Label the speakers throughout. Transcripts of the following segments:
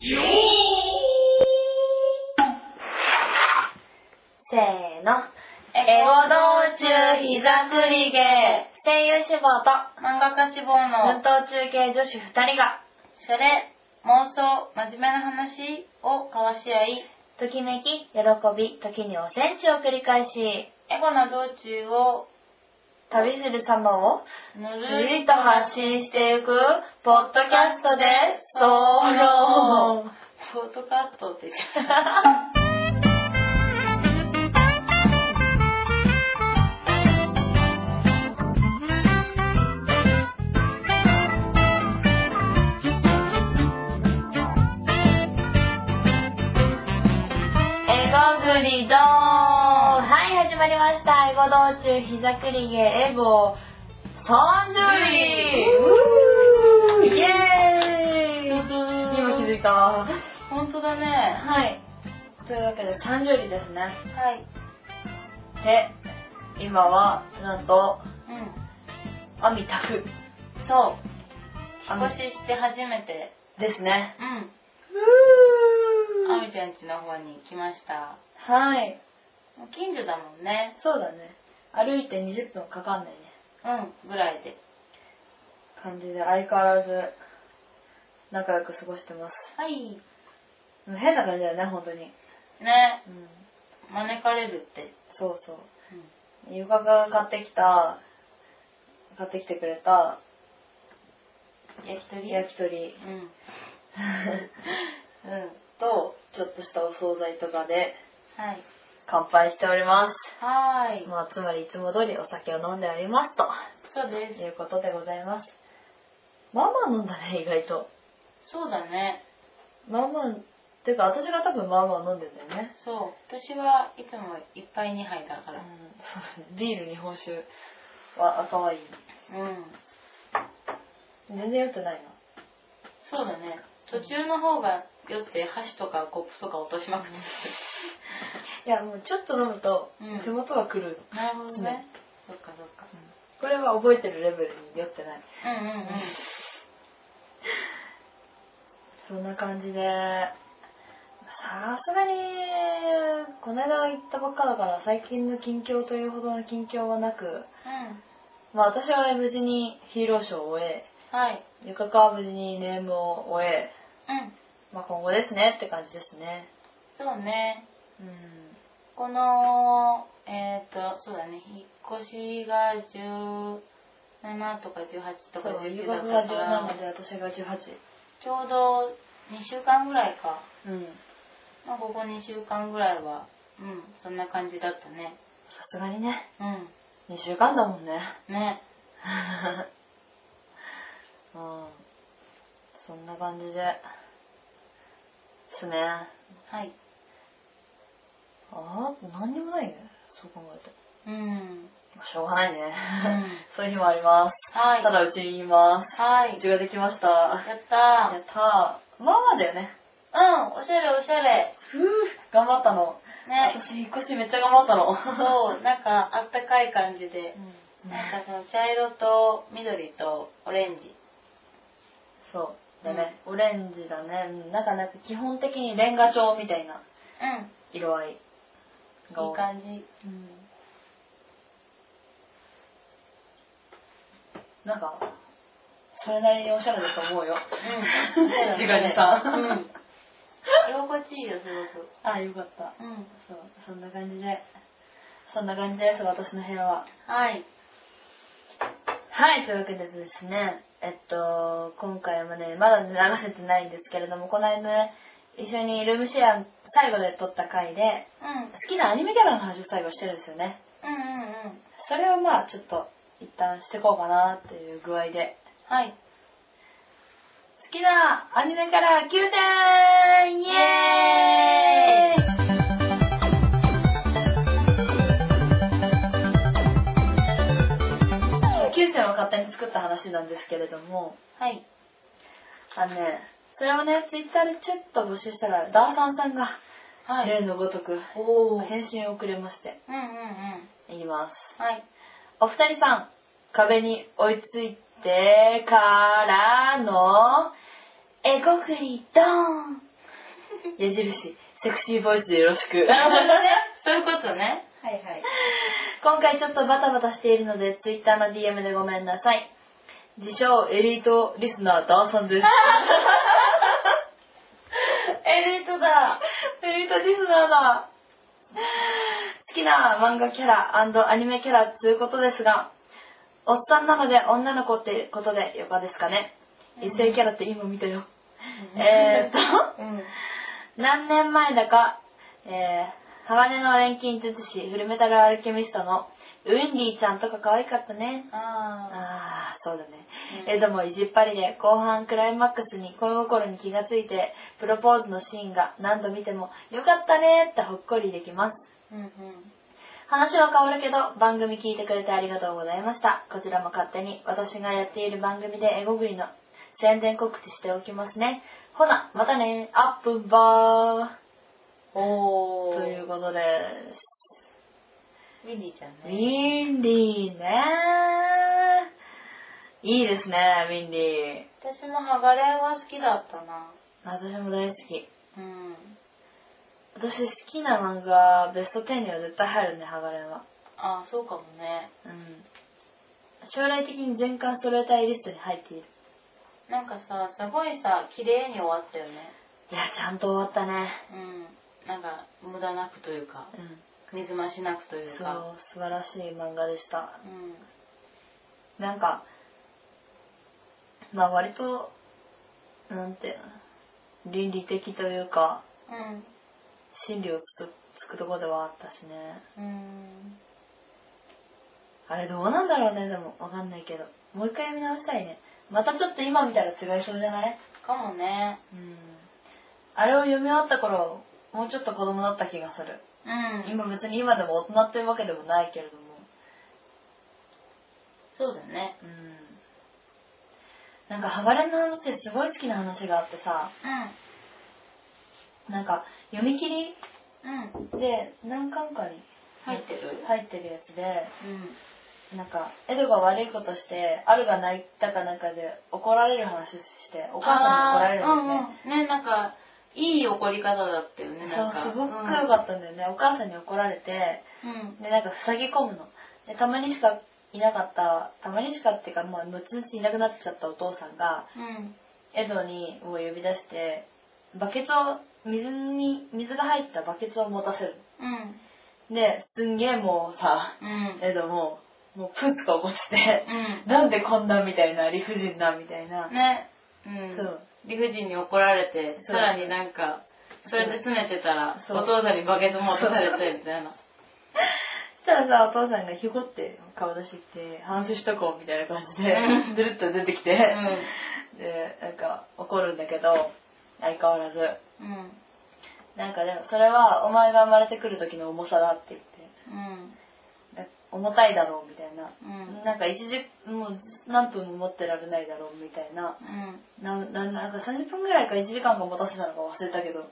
Speaker 1: よ
Speaker 2: せーの。
Speaker 3: エゴ道中膝くり芸
Speaker 2: 声優志望と
Speaker 3: 漫画家志望
Speaker 2: 奮
Speaker 3: の
Speaker 2: 闘中継女子2人が、
Speaker 3: それ妄想真面目な話を交わし合い
Speaker 2: ときめき、喜び、時にお戦地を繰り返し、
Speaker 3: エゴな道中を
Speaker 2: 旅する様を、
Speaker 3: ぬ
Speaker 2: ゆ
Speaker 3: る
Speaker 2: るり
Speaker 3: り
Speaker 2: と
Speaker 3: と
Speaker 2: 発
Speaker 3: 発
Speaker 2: 信
Speaker 3: 信
Speaker 2: し
Speaker 3: してて
Speaker 2: い
Speaker 3: い
Speaker 2: く
Speaker 3: く、
Speaker 2: ポッドキャストです。ソロ
Speaker 3: ショートカットって言っちゃっ
Speaker 2: エゴグリドーンはい、始まりました。エゴ道中膝くりげエゴ誕生日イエーイ
Speaker 3: た
Speaker 2: 今気づいた。は
Speaker 3: 本当だね
Speaker 2: い。というわけで誕生日ですね。
Speaker 3: はい
Speaker 2: で、今は、なんと、
Speaker 3: うん
Speaker 2: アミタク
Speaker 3: そう
Speaker 2: あ
Speaker 3: 引っ越しして初めて
Speaker 2: ですね。
Speaker 3: うんあみちゃん家の方に来ました
Speaker 2: はい。
Speaker 3: もう近所だもんね
Speaker 2: そうだね。歩いて20分かかんないね。
Speaker 3: うんぐらいで
Speaker 2: 感じで、相変わらず、仲良く過ごしてます。
Speaker 3: はい
Speaker 2: うん変な感じだよね、本当に。
Speaker 3: ね
Speaker 2: うん。
Speaker 3: 招かれるって
Speaker 2: そうそう。ゆかが買ってきた、買ってきてくれた
Speaker 3: 焼き鳥
Speaker 2: 焼き鳥
Speaker 3: うんうん
Speaker 2: と、ちょっとしたお惣菜とかで
Speaker 3: はい
Speaker 2: 乾杯しておりま
Speaker 3: はー
Speaker 2: す。
Speaker 3: い
Speaker 2: まあ、つまりいつも通りお酒を飲んでおりますと。
Speaker 3: そうで
Speaker 2: と
Speaker 3: す
Speaker 2: いうことでございます。まあまあ飲んだね、意外と。
Speaker 3: そうだね
Speaker 2: まあまあ、ていうか私が多分まあまあ飲んでんだよね。
Speaker 3: そう私はいつも一杯2杯だから
Speaker 2: うん、ビール日本酒は赤ワイン。
Speaker 3: うん
Speaker 2: 全然酔ってない
Speaker 3: そうだね途中の方が酔って箸とかコップとか落としまくって
Speaker 2: な。いや、もうちょっと飲むと
Speaker 3: うん
Speaker 2: 手元が狂う。
Speaker 3: なるほど
Speaker 2: ね
Speaker 3: ねそっかそっか
Speaker 2: これは覚えてるレベルに酔ってない。
Speaker 3: うんうんうん
Speaker 2: そんな感じで、さすがに、この間行ったばっかだから最近の近況というほどの近況はなく、
Speaker 3: うん
Speaker 2: まあ私は無事にヒーローショーを終え、
Speaker 3: はい
Speaker 2: ゆかかは無事にネームを終え、
Speaker 3: うん
Speaker 2: まあ今後ですねって感じですね。
Speaker 3: そうね
Speaker 2: うん。
Speaker 3: このえっ、とそうだね引っ越しが17とか18とか
Speaker 2: そう、
Speaker 3: 19
Speaker 2: 留
Speaker 3: だ
Speaker 2: 学
Speaker 3: っ
Speaker 2: が
Speaker 3: たから
Speaker 2: 17で私が18。
Speaker 3: ちょうど2週間ぐらいか、
Speaker 2: うん。
Speaker 3: まあ、ここ2週間ぐらいはうんそんな感じだったね
Speaker 2: さすがにね、
Speaker 3: う
Speaker 2: 2週間だもんね。
Speaker 3: んね
Speaker 2: うん。そんな感じで、ですね。
Speaker 3: はい
Speaker 2: ああ、何にもないね。そう考えて。
Speaker 3: うん、うん、
Speaker 2: まあしょうがないね。そういう日もあります。
Speaker 3: はい
Speaker 2: ただうちにいます。
Speaker 3: はい
Speaker 2: 準備ができました。
Speaker 3: や
Speaker 2: や
Speaker 3: った
Speaker 2: ったー。まあまあだよね。
Speaker 3: ーうんおしゃれおしゃれ
Speaker 2: ふぅ、頑張ったの。
Speaker 3: ね
Speaker 2: 私、引っ越しめっちゃ頑張ったの。
Speaker 3: そうなんかあったかい感じでなんかその茶色と緑とオレンジ
Speaker 2: そう。だね、オレンジだね。うんなんかなんか基本的にレンガ調みたいな
Speaker 3: う
Speaker 2: 色合いが多
Speaker 3: んいい感じ
Speaker 2: うんなんか、それなりにおしゃれだと思うよ。
Speaker 3: う ん
Speaker 2: 自画自賛
Speaker 3: うん居心地いいよすご
Speaker 2: ああ、よかった。
Speaker 3: くうん
Speaker 2: そう、そんな感じで。そんな感じです、私の部屋は。
Speaker 3: はい
Speaker 2: はい、というわけでですね、えっと、今回もね、まだ流せてないんですけれども、この間ね、一緒にルームシェア最後で撮った回で、
Speaker 3: うん
Speaker 2: 好きなアニメキャラの話を最後してるんですよね。
Speaker 3: うんうんうん
Speaker 2: それをまあ、ちょっと、一旦してこうかなっていう具合で。
Speaker 3: はい
Speaker 2: 好きなアニメキャラ9点イエーイ9点を勝手に作った話なんですけれども、
Speaker 3: はい
Speaker 2: あのね、それをね、ツイッターでちょっと募集したら、ダーサンさんが、
Speaker 3: はい
Speaker 2: 例のごとく、
Speaker 3: おおうんうんうん
Speaker 2: 返信をくれまして、いきます。
Speaker 3: はい
Speaker 2: お二人さん、壁に追いつい てからの、エゴフリドーン矢印、セクシーボイスでよろし く。
Speaker 3: なるほどね。そういうことね。
Speaker 2: はいはい。今回ちょっとバタバタしているので、Twitter の DM でごめんなさい。自称エリートリスナーダーさんです。
Speaker 3: エリートだ。
Speaker 2: エリートリスナーだ。好きな漫画キャラアニメキャラということですが、おっさんなので女の子ってことでよかですかね。
Speaker 3: うん
Speaker 2: 一斉キャラって今見たよ。えー
Speaker 3: え
Speaker 2: っと、
Speaker 3: ー、うん。
Speaker 2: 何年前だか、えー、鋼の錬金術師、フルメタルアルケミストのウィンリーちゃんとか可愛かったね。
Speaker 3: あ
Speaker 2: ああ、そうだね。
Speaker 3: ー
Speaker 2: えども意地っぱりで後半クライマックスに恋心に気がついてプロポーズのシーンが何度見てもよかったねってほっこりできます
Speaker 3: うんうん。
Speaker 2: 話は変わるけど番組聞いてくれてありがとうございましたこちらも勝手に私がやっている番組でエゴグリの宣伝告知しておきますねほなまたねアップバー
Speaker 3: おー。
Speaker 2: ということで
Speaker 3: ウィリーちゃん
Speaker 2: ウ
Speaker 3: ね。
Speaker 2: ィンディーねいいですねウィンディー
Speaker 3: 私もハガレンは好きだったな。
Speaker 2: 私も大好き
Speaker 3: うん。
Speaker 2: 私好きな漫画ベスト10には絶対入るねハガレンは
Speaker 3: あー、そうかもね。
Speaker 2: うん将来的に全巻揃えたいリストに入っている
Speaker 3: なんかさ、すごいさ、綺麗に終わったよね。
Speaker 2: いやちゃんと終わったね
Speaker 3: うん。なんか、無駄なくというか、
Speaker 2: うん
Speaker 3: 水増しなくという
Speaker 2: そ
Speaker 3: か。
Speaker 2: う素晴らしい漫画でした
Speaker 3: うん。
Speaker 2: なんかまあ割となんていうの倫理的というか
Speaker 3: うん。
Speaker 2: 真理をつつくとこではあったしね
Speaker 3: うん。
Speaker 2: あれどうなんだろうねでもわかんないけどもう一回読み直したいねまたちょっと今見たら違いそうじゃない
Speaker 3: かもね。
Speaker 2: うんあれを読み終わった頃もうちょっと子供だった気がする
Speaker 3: うん今、
Speaker 2: 今別に今でも大人っていうわけでもないけれども
Speaker 3: そうだね。
Speaker 2: うんなんか鋼の話ですごい好きな話があってさなんか読み切り
Speaker 3: うん。うん。
Speaker 2: で何巻かに
Speaker 3: 入ってる
Speaker 2: 入ってるやつで
Speaker 3: うん。
Speaker 2: なんかエドが悪いことしてアルが泣いたかなんかで怒られる話してお
Speaker 3: お
Speaker 2: 母さんに怒られるんですね、
Speaker 3: うんうん。ね、なんか、いい怒り方だったよね、
Speaker 2: そ
Speaker 3: なんか。
Speaker 2: うすごく良かったんだよね、お母さんに怒られて
Speaker 3: うん。うん。
Speaker 2: でなんか塞ぎ込むのでたまにしかいなかったたまにしかっていうかまあ後々いなくなっちゃったお父さんが
Speaker 3: うん。
Speaker 2: エドにもう呼び出してバケツを水に水が入ったバケツを持たせる
Speaker 3: うん。
Speaker 2: ですんげえもうさ
Speaker 3: うん。
Speaker 2: エドももうプッと怒って
Speaker 3: う。
Speaker 2: なんでこんなみたいな理不尽なみたいなん
Speaker 3: ね。うん。
Speaker 2: そう
Speaker 3: 理不尽に怒られて、
Speaker 2: そう
Speaker 3: さらになんか、それで詰めてたら、
Speaker 2: そう
Speaker 3: お父さんにバケツ持たされて、みたいな。
Speaker 2: そしたらさお父さんがひょこって顔出してきて反省しとこうみたいな感じで
Speaker 3: うん
Speaker 2: ずるっと出てきて、でなんか怒るんだけど相変わらず
Speaker 3: うん。うん。
Speaker 2: なんかでもそれはお前が生まれてくる時の重さだって言っ
Speaker 3: うん。
Speaker 2: てだ重たいだろうみたいな、
Speaker 3: うん。
Speaker 2: なんか一時もう何分も持ってられないだろうみたいな
Speaker 3: うん。
Speaker 2: なななんか30分ぐらいか1時間か持たせたのか忘れたけど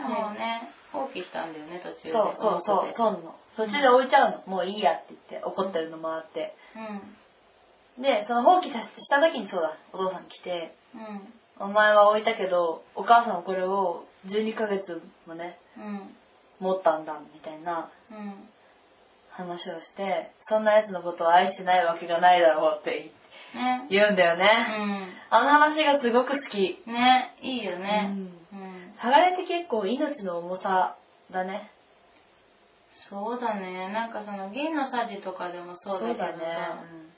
Speaker 3: でもね、放棄したんだよね、途
Speaker 2: そ
Speaker 3: 中で。
Speaker 2: うそうそう
Speaker 3: 表で
Speaker 2: そうなの途中で置いちゃうの、もういいやって言って怒ってるのもあってでその放棄した時にそうだお父さん来て
Speaker 3: うん。
Speaker 2: 「
Speaker 3: うん。
Speaker 2: お前は置いたけどお母さんはこれを12ヶ月もね
Speaker 3: うん。
Speaker 2: 持ったんだみたいな
Speaker 3: うん。
Speaker 2: 話をしてそんなやつのことを愛してないわけがないだろうって
Speaker 3: ね。
Speaker 2: 言うんだよね、あの話がすごく好き
Speaker 3: うん。ね、いいよ
Speaker 2: う
Speaker 3: ね。
Speaker 2: ん
Speaker 3: うん。
Speaker 2: 剥がれって結構命の重さだね
Speaker 3: そうだね。なんかその銀のさじとかでもそうだけどさ。
Speaker 2: うん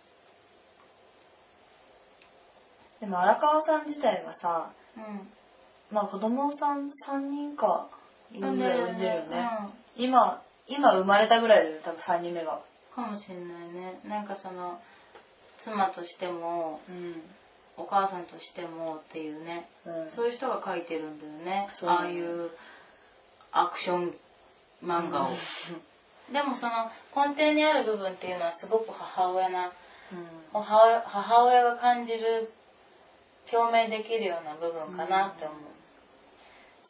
Speaker 2: でも荒川さん自体はさ
Speaker 3: う
Speaker 2: まあ子供さん3人か
Speaker 3: ん。
Speaker 2: 産んでる産んでるよ
Speaker 3: う
Speaker 2: ね、
Speaker 3: ん。
Speaker 2: 今今生まれたぐらいだよね多分3人目が
Speaker 3: かもしれないね。なんかその、妻としても、
Speaker 2: うん、
Speaker 3: お母さんとしてもっていうね。
Speaker 2: うん、
Speaker 3: そういう人が書いてるんだよね。
Speaker 2: そう
Speaker 3: ああいうアクション漫画を。でもその根底にある部分っていうのはすごく母親
Speaker 2: う
Speaker 3: な
Speaker 2: ん
Speaker 3: 母親母親が感じる共鳴できるような部分かなって思う。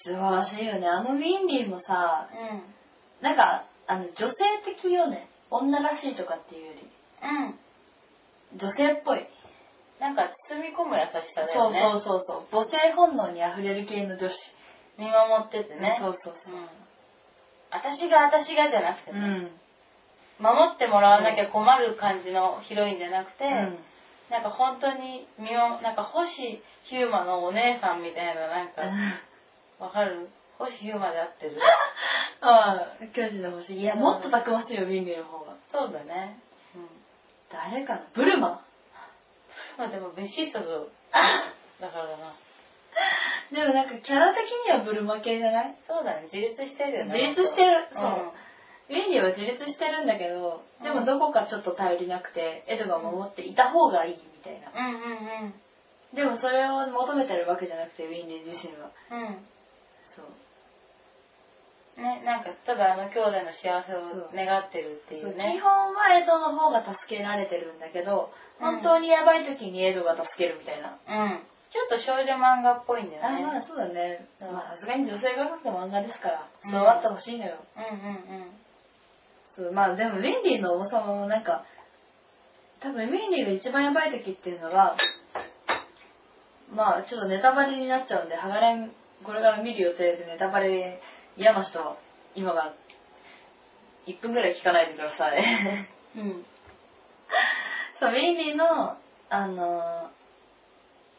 Speaker 2: 素晴らしいよねあのウィンリーもさ
Speaker 3: う
Speaker 2: なんかあの女性的よね女らしいとかっていうより
Speaker 3: ん。うん。
Speaker 2: 女性っぽい、
Speaker 3: なんか包み込む優しさだ
Speaker 2: そ
Speaker 3: よ
Speaker 2: う
Speaker 3: ね。
Speaker 2: そうそうそう母性本能にあふれる系の女子
Speaker 3: 見守っててね。
Speaker 2: そうそう
Speaker 3: うん。私が私がじゃなくて
Speaker 2: う
Speaker 3: ね、
Speaker 2: ん。
Speaker 3: 守ってもらわなきゃ困る感じのヒロインじゃなくて、なんか本当に身を、なんか星ヒューマのお姉さんみたいな、なんか、わかる星ヒューマで合ってる。
Speaker 2: ああ、巨人の星。いや、もっとたくましいよ、ビンビンの方が。
Speaker 3: そうだね。うん。
Speaker 2: 誰かなブルマ
Speaker 3: まあでもベシットと、だからな。
Speaker 2: でもなんかキャラ的にはブルマ系じゃない
Speaker 3: そうだね、自立してるよね。
Speaker 2: 自立してる
Speaker 3: う
Speaker 2: そ
Speaker 3: ん。
Speaker 2: ウィンディは自立してるんだけど、
Speaker 3: うん
Speaker 2: でもどこかちょっと頼りなくて、エドが守っていた方がいいみたいな。
Speaker 3: うんうん
Speaker 2: でもそれを求めてるわけじゃなくて、ウィンディ自身は。
Speaker 3: うん。うん。
Speaker 2: そう。
Speaker 3: ね、なんか、ただあの兄弟の幸せ
Speaker 2: そう
Speaker 3: を願ってるってい
Speaker 2: そう
Speaker 3: う
Speaker 2: 基
Speaker 3: ね。
Speaker 2: 本はエドの方が助けられてるんだけど、
Speaker 3: うん
Speaker 2: 本当にやばい時にエドが助けるみたいな。
Speaker 3: うん。ちょっと少女漫画っぽいんだよ
Speaker 2: あ
Speaker 3: ね。
Speaker 2: まあそうだね。
Speaker 3: うん
Speaker 2: まあさすがに女性が描く漫画ですから、
Speaker 3: うん
Speaker 2: そうあってほしいのよ。
Speaker 3: うんうんうん。
Speaker 2: そうまあでもウィンディの王様もなんか、多分ウィンディが一番やばい時っていうのが、まあちょっとネタバレになっちゃうんで、ハガレン、これから見る予定でネタバレ嫌な人は今が1分ぐらい聞かないでください。
Speaker 3: うん。
Speaker 2: そう、ウィンディの、あのー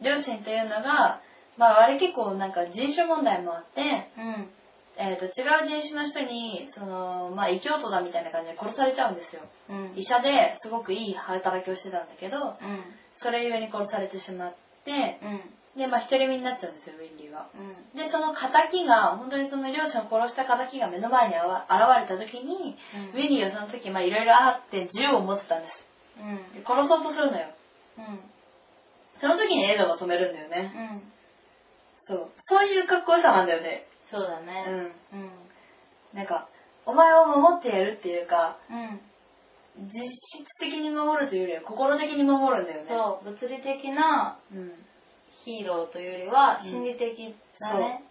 Speaker 2: 両親というのが、まあ、あれ結構なんか人種問題もあって、
Speaker 3: うん。
Speaker 2: えー、と違う人種の人に、その、まあ、異教徒だみたいな感じで殺されちゃうんですよ。
Speaker 3: うん。
Speaker 2: 医者ですごくいい働きをしてたんだけど、
Speaker 3: うん。
Speaker 2: それゆえに殺されてしまって、
Speaker 3: うん。
Speaker 2: で、まあ、独り身になっちゃうんですよ、ウィンディは。
Speaker 3: うん。
Speaker 2: で、その敵が、本当にその両親を殺した敵が目の前にあわ現れた時に、ウィンディはその時、まあ、いろいろあって銃を持ってたんです。
Speaker 3: うん。
Speaker 2: で殺そうとするのよ。
Speaker 3: うん。
Speaker 2: その時にエドが止めるんだよね。
Speaker 3: うん。
Speaker 2: そう。そういうかっこよさなんだよね。
Speaker 3: そうだ
Speaker 2: う
Speaker 3: ね。
Speaker 2: ん。
Speaker 3: うん。
Speaker 2: なんか、お前を守ってやるっていうか、
Speaker 3: うん。
Speaker 2: 実質的に守るというよりは心的に守るんだよね。
Speaker 3: そう、物理的な
Speaker 2: う。うん。
Speaker 3: ヒーローというよりは、
Speaker 2: うん
Speaker 3: 心理的だね。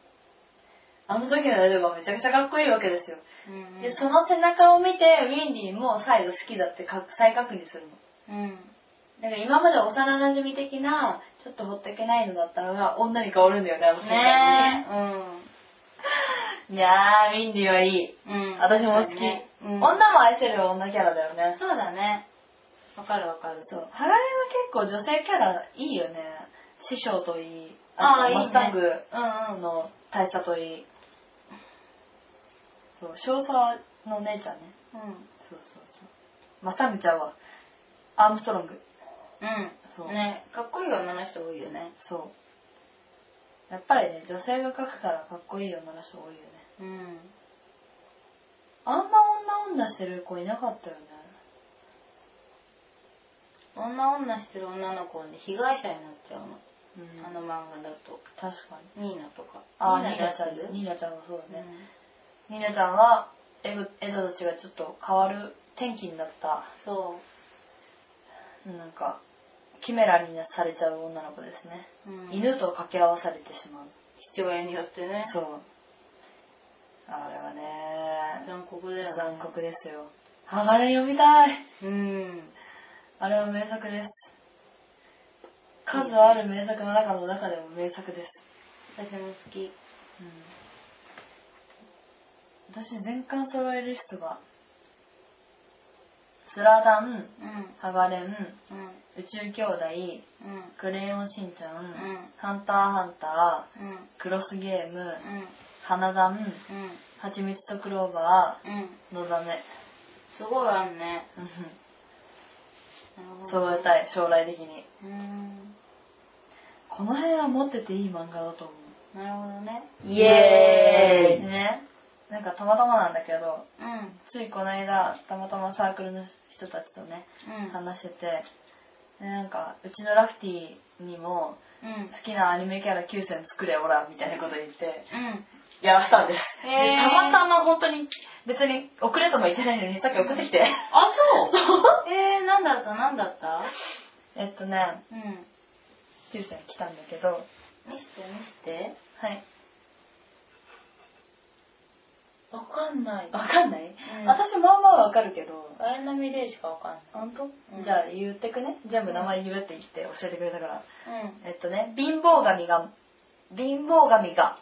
Speaker 2: あの時のエドがめちゃくちゃかっこいいわけですよ。
Speaker 3: うん。うん
Speaker 2: で、その背中を見て、ウィンディも再度好きだってか再確認するの。
Speaker 3: うん。
Speaker 2: なんか今まで幼馴染的な、ちょっとほっとけないのだったのが、女に変わるんだよね、あの瞬間に
Speaker 3: ねえ。うん。
Speaker 2: いやー、ウィンディはいい。
Speaker 3: うん
Speaker 2: 私も好き。
Speaker 3: うん、
Speaker 2: 女も愛せる女キャラだよね。
Speaker 3: そうだね。わかるわかる。
Speaker 2: そう、ハラレは結構女性キャラいいよね。師匠といい、
Speaker 3: あー
Speaker 2: あ
Speaker 3: い
Speaker 2: と
Speaker 3: いね
Speaker 2: マスタング
Speaker 3: うんうん。
Speaker 2: の大佐といい。そう、少佐のお姉ちゃんね。
Speaker 3: うん。
Speaker 2: そうそうそう。マスタングちゃんは、アームストロング。そう
Speaker 3: う。ん。ね、かっこいい女の人多いよね。
Speaker 2: そう。やっぱりね、女性が描くからかっこいい女の人多いよね。
Speaker 3: うん。
Speaker 2: あんま女女してる子いなかったよね。
Speaker 3: 女女してる女の子に被害者になっちゃうの。
Speaker 2: うん
Speaker 3: あの漫画だと。
Speaker 2: 確かに。
Speaker 3: ニーナとか。
Speaker 2: あー、
Speaker 3: ニ
Speaker 2: ニ
Speaker 3: ー
Speaker 2: ー
Speaker 3: ナ
Speaker 2: ナ
Speaker 3: 知
Speaker 2: ちゃ
Speaker 3: って
Speaker 2: ん
Speaker 3: る、
Speaker 2: ニーナちゃんもそうだね。
Speaker 3: うん
Speaker 2: ニーナちゃんはエドエドたちがちょっと変わる転機になった
Speaker 3: そ
Speaker 2: なんかキメラにされちゃう女の子ですね、
Speaker 3: う。うん
Speaker 2: 犬と掛け合わされてしまう
Speaker 3: 父親によってね。
Speaker 2: そうあれはね
Speaker 3: 残酷だよね。
Speaker 2: 残酷ですよ剥がれ読みたい
Speaker 3: うん。
Speaker 2: あれは名作です数ある名作の中の中でも名作です、
Speaker 3: 私も好き。
Speaker 2: 私全巻揃えリストがスラダン
Speaker 3: うん。
Speaker 2: ハガレン、
Speaker 3: うん。
Speaker 2: 宇宙兄弟、
Speaker 3: うん。
Speaker 2: クレヨンしんちゃん、
Speaker 3: うん。
Speaker 2: ハンターハンタ
Speaker 3: うん。
Speaker 2: ー、クロスゲーム、
Speaker 3: うん。
Speaker 2: 花壇、
Speaker 3: うん。
Speaker 2: ハチミツとクローバ
Speaker 3: うん。
Speaker 2: ー、のだめ。
Speaker 3: すごいあんね。
Speaker 2: うん
Speaker 3: なるほど
Speaker 2: 揃えたい、将来的に。
Speaker 3: うん。
Speaker 2: この辺は持ってていい漫画だと思
Speaker 3: なるほどね。
Speaker 2: う。
Speaker 4: イエーイ
Speaker 2: ね。なんかたまたまなんだけど、
Speaker 3: うん。
Speaker 2: ついこの間、たまたまサークルの人たちとね、
Speaker 3: うん。
Speaker 2: 話してて、でなんか、うちのラフティーにも、
Speaker 3: うん
Speaker 2: 好。きなアニメキャラ9選作れ、おら、みたいなこと言って、
Speaker 3: うん。
Speaker 2: やらしたんです。
Speaker 3: へ
Speaker 2: で
Speaker 3: え。
Speaker 2: たまたま本当に、別に遅れとも言ってないのに、さっき送ってきて。
Speaker 3: あ、そう えー、なんだったなんだった
Speaker 2: えっとね、
Speaker 3: うん。
Speaker 2: ちゅうさん来たんだけど、
Speaker 3: 見して見して。
Speaker 2: はい。
Speaker 3: わかんない。
Speaker 2: わかんない、
Speaker 3: うん
Speaker 2: 私、まあまあわかるけど。
Speaker 3: 綾波レイしかわかん
Speaker 2: 本当、
Speaker 3: うん
Speaker 2: じゃあ言ってくね。全部名前言うって言って教えてくれたから。
Speaker 3: ない。
Speaker 2: えっとね、貧乏神が、貧乏神が、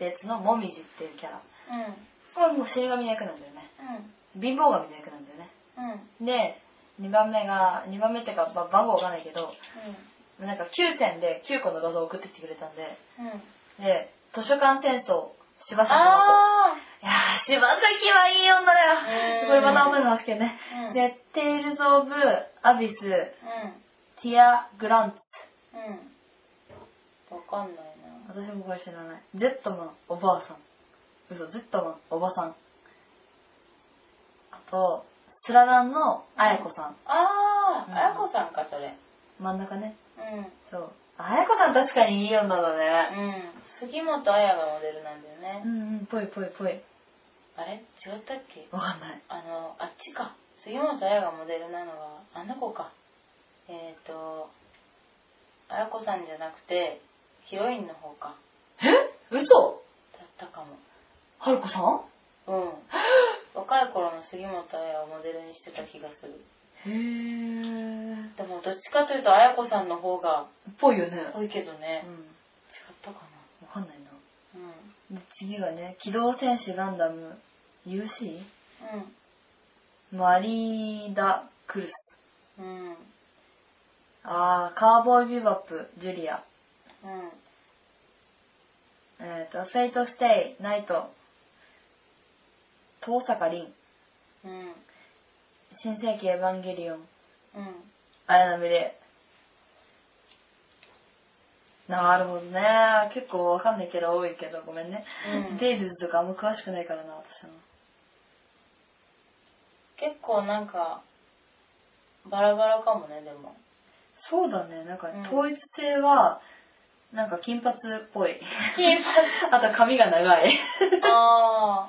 Speaker 2: 別のもみじっていうキャラ
Speaker 3: うん
Speaker 2: これはもう死神の役なんだよね貧乏神の役なんだよね
Speaker 3: うんうん
Speaker 2: で2番目が2番目っていうか、まあ番号わかんないけどなんか9点で9個の画像を送ってきてくれたんで
Speaker 3: うんうん
Speaker 2: で図書館テント柴崎の子
Speaker 3: あ
Speaker 2: いやー柴崎はいい女だよ
Speaker 3: うん
Speaker 2: これまた後でますけどね
Speaker 3: ーうん
Speaker 2: で「テイルズ・オブ・アビス・テ
Speaker 3: う
Speaker 2: ィア・グランツ
Speaker 3: んうんわかんない」な
Speaker 2: 私もこれ知らない「ゼットマンおばあさん」嘘「ゼットマンおばさん」あと「スラダンのあやこさん
Speaker 3: あ
Speaker 2: う
Speaker 3: ー
Speaker 2: ん
Speaker 3: あやこさんかそれ」
Speaker 2: 真ん中ね
Speaker 3: うん
Speaker 2: そうあやこさん確かにいい女だね
Speaker 3: うん杉本彩がモデルなんだよね
Speaker 2: うんうんぽいぽいぽい
Speaker 3: あれ違ったっけ
Speaker 2: わかんない
Speaker 3: あのあっちか杉本彩がモデルなのはあの子かえっ、ー、と彩子さんじゃなくてヒロインの方か
Speaker 2: 嘘
Speaker 3: だったかも
Speaker 2: はるこさん
Speaker 3: うん 若い頃の杉本彩をモデルにしてた気がする
Speaker 2: へー
Speaker 3: でもどっちかというと彩子さんの方が
Speaker 2: ぽいよね
Speaker 3: 多いけどね
Speaker 2: うん
Speaker 3: 違ったか
Speaker 2: わかんないな
Speaker 3: なうん
Speaker 2: で次がね「機動戦士ガンダム UC」マリーダ・クルス。
Speaker 3: うんうん
Speaker 2: あー、カーボーイビバップ、ジュリア。
Speaker 3: うん
Speaker 2: えっ、と、フェイト・ステイ、ナイト、遠坂凛、
Speaker 3: うん
Speaker 2: 新世紀エヴァンゲリオン、
Speaker 3: うん
Speaker 2: 綾波レイ。なるほどね。結構わかんないけど多いけど、ごめんね。
Speaker 3: うん
Speaker 2: デイルズとかあんま詳しくないからな、私は。
Speaker 3: 結構なんかバラバラかもねで も
Speaker 2: そうだね。なんか
Speaker 3: うん、
Speaker 2: 統一性は、なんか金髪っぽい。
Speaker 3: 金
Speaker 2: あと髪が長い。
Speaker 3: あ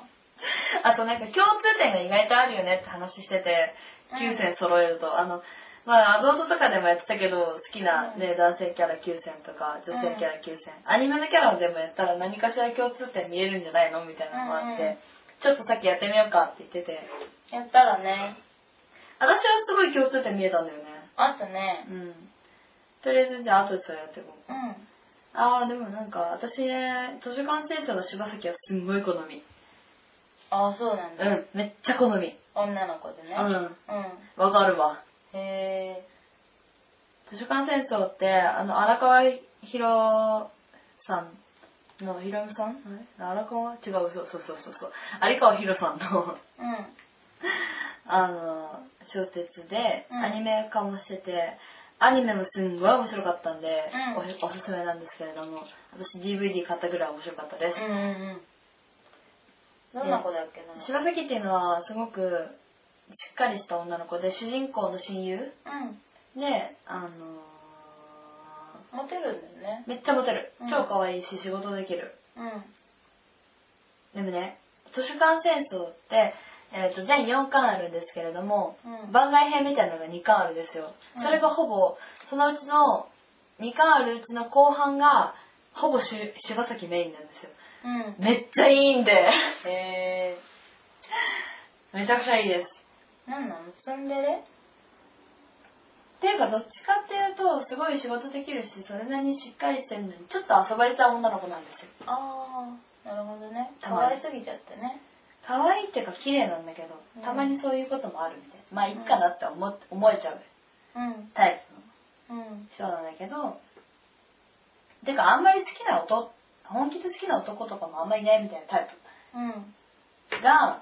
Speaker 2: あとなんか共通点が意外とあるよねって話してて、
Speaker 3: うん
Speaker 2: 9選揃えると、あの、まあアドートとかでもやってたけど、好きなね、男性キャラ9選とか、女性キャラ9選、アニメのキャラを全部やったら何かしら共通点見えるんじゃないのみたいなのもあって、
Speaker 3: うんうん
Speaker 2: ちょっとさっきやってみようかって言ってて、
Speaker 3: あやったらね
Speaker 2: 私はすごい共通点見えたんだよね。
Speaker 3: あったね
Speaker 2: うん。とりあえずじゃあ後でそれやっていこう。
Speaker 3: うん
Speaker 2: あー、でもなんか私ね、図書館生徒の柴崎はすんごい好み。
Speaker 3: ああそうなん
Speaker 2: う
Speaker 3: だ、
Speaker 2: ん、めっちゃ好み。う
Speaker 3: 女の子でね
Speaker 2: ん、
Speaker 3: う
Speaker 2: わかるわ。
Speaker 3: んへえ
Speaker 2: 図書館戦争ってあの荒川博さんのひろみさんあれ荒川違うそうそうそうそうそう有川博さんの
Speaker 3: うん
Speaker 2: あの小説で
Speaker 3: うん
Speaker 2: アニメ化もしてて、アニメもすんごい面白かったんで、
Speaker 3: うん
Speaker 2: おおすすめなんですけれども私 DVD 買ったぐらい面白かったです、
Speaker 3: うんうんうんどんな子だっけな
Speaker 2: 柴崎っていうのはすごくしっかりした女の子で主人公の親友
Speaker 3: うん
Speaker 2: であの
Speaker 3: モテるんだよね
Speaker 2: めっちゃモテる
Speaker 3: うん
Speaker 2: 超可愛いし仕事できる、
Speaker 3: うん
Speaker 2: でもね、図書館戦争って、えー、と全4巻あるんですけれども、
Speaker 3: うん
Speaker 2: 番外編みたいなのが2巻あるんですよ。
Speaker 3: うん
Speaker 2: それがほぼ、そのうちの2巻あるうちの後半が、ほぼし柴崎メインなんですよ。
Speaker 3: うん
Speaker 2: めっちゃいいんで、
Speaker 3: へえ
Speaker 2: めちゃくちゃいいです。
Speaker 3: なんなのツンデレ
Speaker 2: っていうか、どっちかっていうと、すごい仕事できるし、それなりにしっかりしてるのに、ちょっと遊ばれた女の子なんですよ。
Speaker 3: ああなるほどね
Speaker 2: た
Speaker 3: 可
Speaker 2: まに
Speaker 3: 愛すぎちゃってね
Speaker 2: 可愛いっていうか、綺麗なんだけど
Speaker 3: う、ん
Speaker 2: たまにそういうこともあるみたいな。まあ、いいかなって思っ思えちゃう
Speaker 3: うん
Speaker 2: タイプの
Speaker 3: うん
Speaker 2: そうなんだけどてかあんまり好きな男本気で好きな男とかもあんまりいないみたいなタイ
Speaker 3: うん
Speaker 2: プが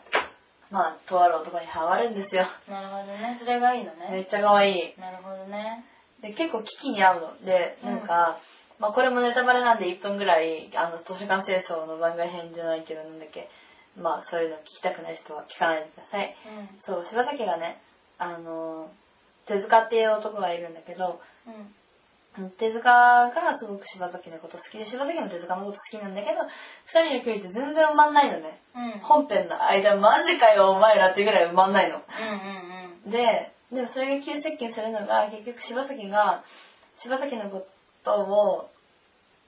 Speaker 2: まあとある男にハマるんですよ
Speaker 3: なるほどねそれがいいの
Speaker 2: め
Speaker 3: ね
Speaker 2: っちゃ可愛い
Speaker 3: なるほどね
Speaker 2: で結構危機に合うのでなんか、まあこれもネタバレなんで1分ぐらいあの図書館清掃の番外編じゃないけどなんだっけまあそういうの聞きたくない人は聞かないでください
Speaker 3: うん
Speaker 2: そう柴崎がねあの手塚っていう男がいるんだけど
Speaker 3: うん
Speaker 2: 手塚がすごく柴崎のこと好きで柴崎も手塚のこと好きなんだけど二人の距離って全然埋まんないのね
Speaker 3: うん
Speaker 2: 本編の間マジかよお前らっていうぐらい埋まんないの
Speaker 3: うんうん
Speaker 2: ででもそれが急接近するのが結局柴崎が柴崎のことを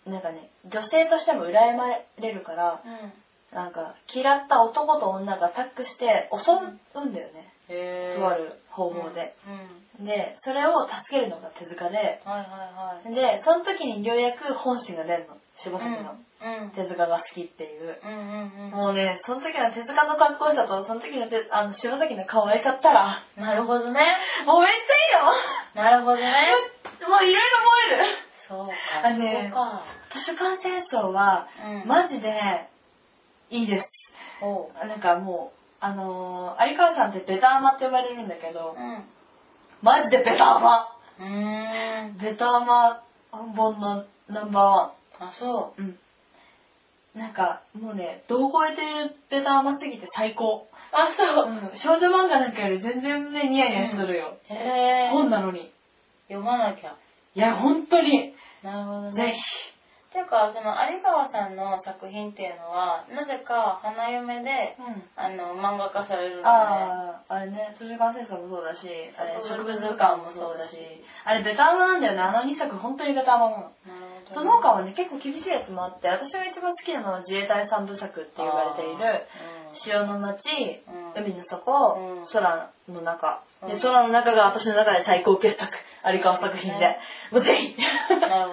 Speaker 2: なんかね女性としても羨まれるから
Speaker 3: うんうん
Speaker 2: なんか嫌った男と女がタッグして襲うんだよね、
Speaker 3: へえ
Speaker 2: とある方法で、
Speaker 3: うん、うん
Speaker 2: でそれを助けるのが手塚で
Speaker 3: はいはいはい
Speaker 2: で、その時にようやく本心が出るの、柴崎の。
Speaker 3: うん
Speaker 2: 手塚が好きっていう。
Speaker 3: うんうんうん
Speaker 2: もうね、その時の手塚のかっこよさと、その時の手あの柴崎の可愛かったら、
Speaker 3: なるほどね。
Speaker 2: もうめっち
Speaker 3: なるほどね。
Speaker 2: ゃいいよもういろいろ燃える
Speaker 3: そうか。
Speaker 2: あね
Speaker 3: そうか。
Speaker 2: 図書館戦争は、
Speaker 3: うん
Speaker 2: マジで、いいです。
Speaker 3: おう。
Speaker 2: なんかもう、あのー、有川さんってベタアマって呼ばれるんだけど、
Speaker 3: うん。う
Speaker 2: マジでベタアマ
Speaker 3: ーん。
Speaker 2: ベタアマ本のナンバーワ
Speaker 3: あ、そ
Speaker 2: ン。うん。なんか、もうね、どう超えてるベタアマすぎて最高。
Speaker 3: う。あ、
Speaker 2: う
Speaker 3: そう。
Speaker 2: ん、少女漫画なんかより全然ね、ニヤニヤしとるよ。
Speaker 3: へえ。
Speaker 2: 本なのに。
Speaker 3: 読まなきゃ。
Speaker 2: いや、本当に、
Speaker 3: なるほど
Speaker 2: ぜ
Speaker 3: ね。ていうか、その有川さんの作品っていうのは、なぜか花嫁で、
Speaker 2: ひ。うん。
Speaker 3: あの、漫画化されるのね。
Speaker 2: ああ、あれね、図書館戦争もそうだし、あれ植物図鑑もそうだし、あれベタアマなんだよね、あの2作本当にベタアマなの。
Speaker 3: なるほど。
Speaker 2: その他はね、結構厳しいやつもあって、私が一番好きなのは自衛隊三部作って言われている、潮の町、
Speaker 3: あー。うん。うん
Speaker 2: 海の底、
Speaker 3: うん
Speaker 2: 空の中。
Speaker 3: う
Speaker 2: で、
Speaker 3: ん
Speaker 2: 空の中が私の中で最高傑作、有川作品で。もうぜひ
Speaker 3: なる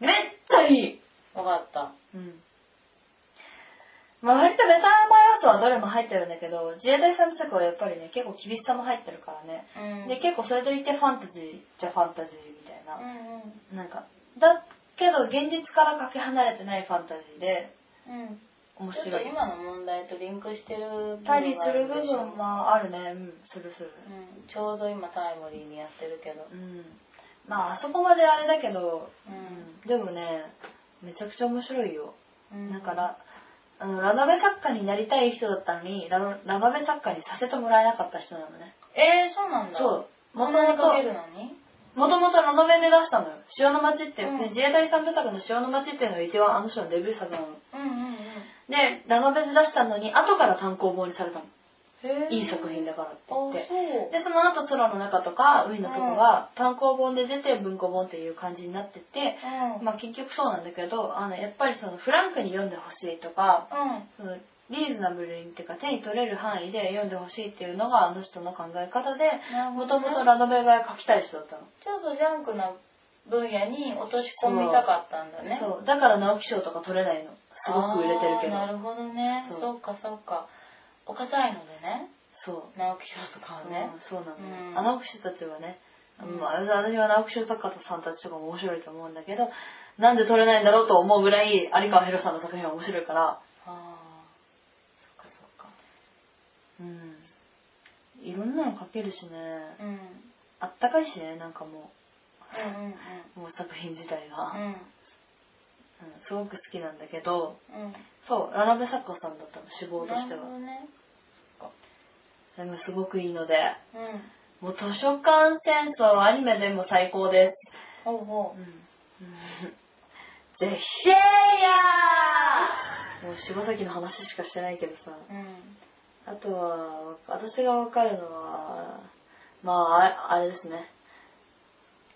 Speaker 2: めっちゃいい
Speaker 3: ほど。わかった。
Speaker 2: うん。まあ割とベタな要素はどれも入ってるんだけど、自衛隊三部作はやっぱりね、結構厳しさも入ってるからね。
Speaker 3: うん。
Speaker 2: で、結構それといってファンタジーじゃファンタジーみたいな
Speaker 3: う。ん
Speaker 2: なんか、だけど現実からかけ離れてないファンタジーで
Speaker 3: う
Speaker 2: 面
Speaker 3: ん。うん。ちょっ
Speaker 2: 白
Speaker 3: と
Speaker 2: い。
Speaker 3: 今の問題とリンクしてる
Speaker 2: たりする部
Speaker 3: 分
Speaker 2: 分はあるね。うん、するする。
Speaker 3: うん、ちょうど今タイムリーにやってるけど、
Speaker 2: うん。まあ、あそこまであれだけど、
Speaker 3: う
Speaker 2: でもね、めちゃくちゃ面白いよ。
Speaker 3: うん、
Speaker 2: だから、あの、ラノベ作家になりたい人だったのに、ラノラノベ作家にさせてもらえなかった人なのね。
Speaker 3: えー、そうなんだ
Speaker 2: そう。もと
Speaker 3: 問題
Speaker 2: も
Speaker 3: かけ
Speaker 2: と、
Speaker 3: るのに
Speaker 2: もともとラノベで出したのよ。潮の町っていう、
Speaker 3: うん
Speaker 2: で自衛隊三部作の潮の町っていうのが一番あの人のデビュー作なの。
Speaker 3: うんうんうん
Speaker 2: で、ラノベで出したのに、後から単行本にされたの。
Speaker 3: へー
Speaker 2: いい作品だからって
Speaker 3: あそう
Speaker 2: 言って。で、その後、空の中とか、海の底が単行本で出て文庫本っていう感じになってて、
Speaker 3: うん、
Speaker 2: まあ結局そうなんだけど、あの、やっぱりそのフランクに読んでほしいとか、
Speaker 3: うん
Speaker 2: そのリーズナブルにっていうか手に取れる範囲で読んでほしいっていうのがあの人の考え方で、
Speaker 3: なるほ
Speaker 2: も
Speaker 3: ど
Speaker 2: と
Speaker 3: ね
Speaker 2: もとラノベが書きたい人だったの。
Speaker 3: ちょっとジャンクな分野に落とし込みたかったんだね
Speaker 2: そう。だから直木賞とか取れないの。すごく売れてるけ
Speaker 3: あーな
Speaker 2: ど。
Speaker 3: るほどね
Speaker 2: そ
Speaker 3: そううかそうかお堅いのでね
Speaker 2: そう。
Speaker 3: 直木賞とかはね
Speaker 2: うん、そうなのよ、
Speaker 3: うん
Speaker 2: あ直木賞たちはね、
Speaker 3: うん
Speaker 2: まあ、私は直木賞作家さんたちとかも面白いと思うんだけどなんで撮れないんだろうと思うぐらい有川博さんの作品は面白いから、
Speaker 3: ああそっかそっか
Speaker 2: うん、いろんなの書けるしね
Speaker 3: うんうん
Speaker 2: あったかいしねなんかも
Speaker 3: うん
Speaker 2: うもう作品自体
Speaker 3: う
Speaker 2: が、
Speaker 3: ん
Speaker 2: うんすごく好きなんだけど
Speaker 3: うんうん
Speaker 2: そうララベ作家さんだったの志望として
Speaker 3: なるほ
Speaker 2: は
Speaker 3: どねそっか
Speaker 2: でもすごくいいので
Speaker 3: うん
Speaker 2: もう図書館戦争アニメでも最高です
Speaker 3: ほうほう
Speaker 2: ぜ
Speaker 3: イエーイ
Speaker 2: ひもう柴崎の話しかしてないけどさ
Speaker 3: うん
Speaker 2: あとは私が分かるのはまあああれですね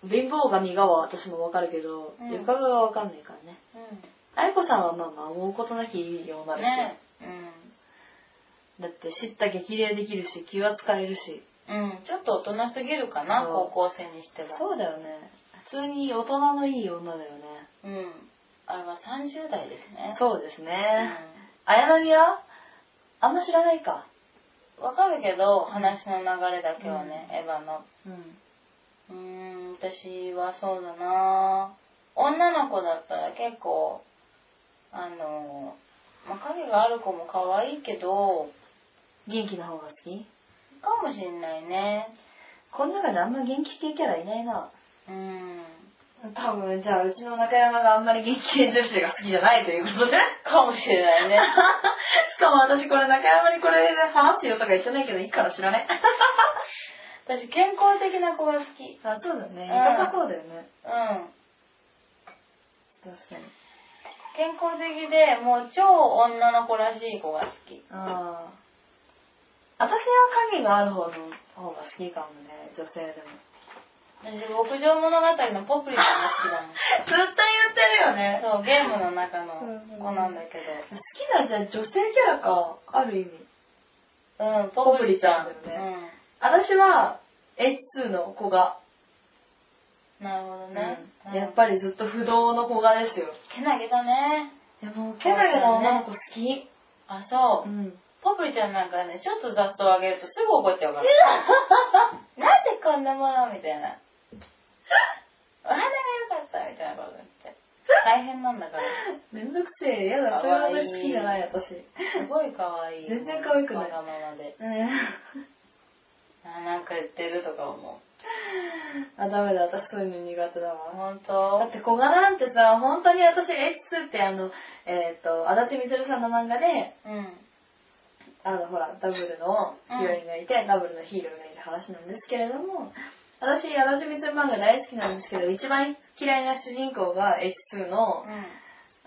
Speaker 2: 貧乏神がは私も分かるけど、
Speaker 3: うん
Speaker 2: 床が分かんないからね
Speaker 3: う
Speaker 2: 愛子さんはまあまあ思うことなきようなんるし、
Speaker 3: ね
Speaker 2: だって知った激励できるし気は使えるし
Speaker 3: うんうんちょっと大人すぎるかな
Speaker 2: うん
Speaker 3: 高校生にしては
Speaker 2: そうだよね普通に大人のいい女だよね
Speaker 3: うんあれは30代ですね
Speaker 2: そうです
Speaker 3: うん
Speaker 2: ね、綾波はあんま知らないか
Speaker 3: わかるけど話の流れだけはね
Speaker 2: う
Speaker 3: エヴァの
Speaker 2: うん
Speaker 3: うーん私はそうだな女の子だったら結構あのまあ影がある子も可愛いけど
Speaker 2: 元気な方が好き
Speaker 3: かもしんないね
Speaker 2: この中であんま元気系キャラいないな。
Speaker 3: うん
Speaker 2: 多分、じゃあ、うちの中山があんまり元気系女子が好きじゃないということで。
Speaker 3: かもしれないね
Speaker 2: しかも私これ中山にこれでファンっていうとか言ってないけど、いいから知らね。
Speaker 3: 私健康的な子が好きうん
Speaker 2: あ、そうだね。
Speaker 3: ん
Speaker 2: 良さそうだよね。確かに。
Speaker 3: 健康的でもう超女の子らしい子が好き
Speaker 2: ああ。私は影がある方の方が好きかもね、女性でも。
Speaker 3: 私牧場物語のポプリタンが好きだもん
Speaker 2: ずっと言ってるよね。
Speaker 3: そうゲームの中の子なんだけ
Speaker 2: 好きなじゃあ女性キャラか、ある意味。
Speaker 3: どうんポプリちゃん
Speaker 2: ポプリちゃんだよ私は、H2 の子が、
Speaker 3: うんなるほどね、
Speaker 2: やっぱ
Speaker 3: り
Speaker 2: りずっと不動の子がですよ。
Speaker 3: けなげだね
Speaker 2: でも、キャナルの女の子好き。
Speaker 3: あ、そうう。
Speaker 2: ん。
Speaker 3: ポプリちゃんなんかね、ちょっと雑草をあげるとすぐ怒っちゃうから。 なんでこんなものみたいな。お花が良かったみたいなこと言って。大変なんだから。
Speaker 2: めんどくせえ。やだ、
Speaker 3: か
Speaker 2: そういう
Speaker 3: わいい
Speaker 2: 話好きじゃない、私。
Speaker 3: すごい可愛い。
Speaker 2: 全然可愛くない
Speaker 3: わがままで。
Speaker 2: うん。
Speaker 3: あ、なんか言ってるとか思う。
Speaker 2: あ、ダメだ、私そういうの苦手だ
Speaker 3: あ
Speaker 2: わ。
Speaker 3: 本
Speaker 2: だ
Speaker 3: 当
Speaker 2: って、小柄なんてさ、本当に私、H2 ってあの、えっ、と、足立みつるさんの漫画で、
Speaker 3: うん。
Speaker 2: あの、ほら、ダブルのヒロインがいて、ダブルのヒーローがいる話なんですけれども、私、足立みつる漫画大好きなんですけど、一番嫌いな主人公が H2 の、
Speaker 3: うん。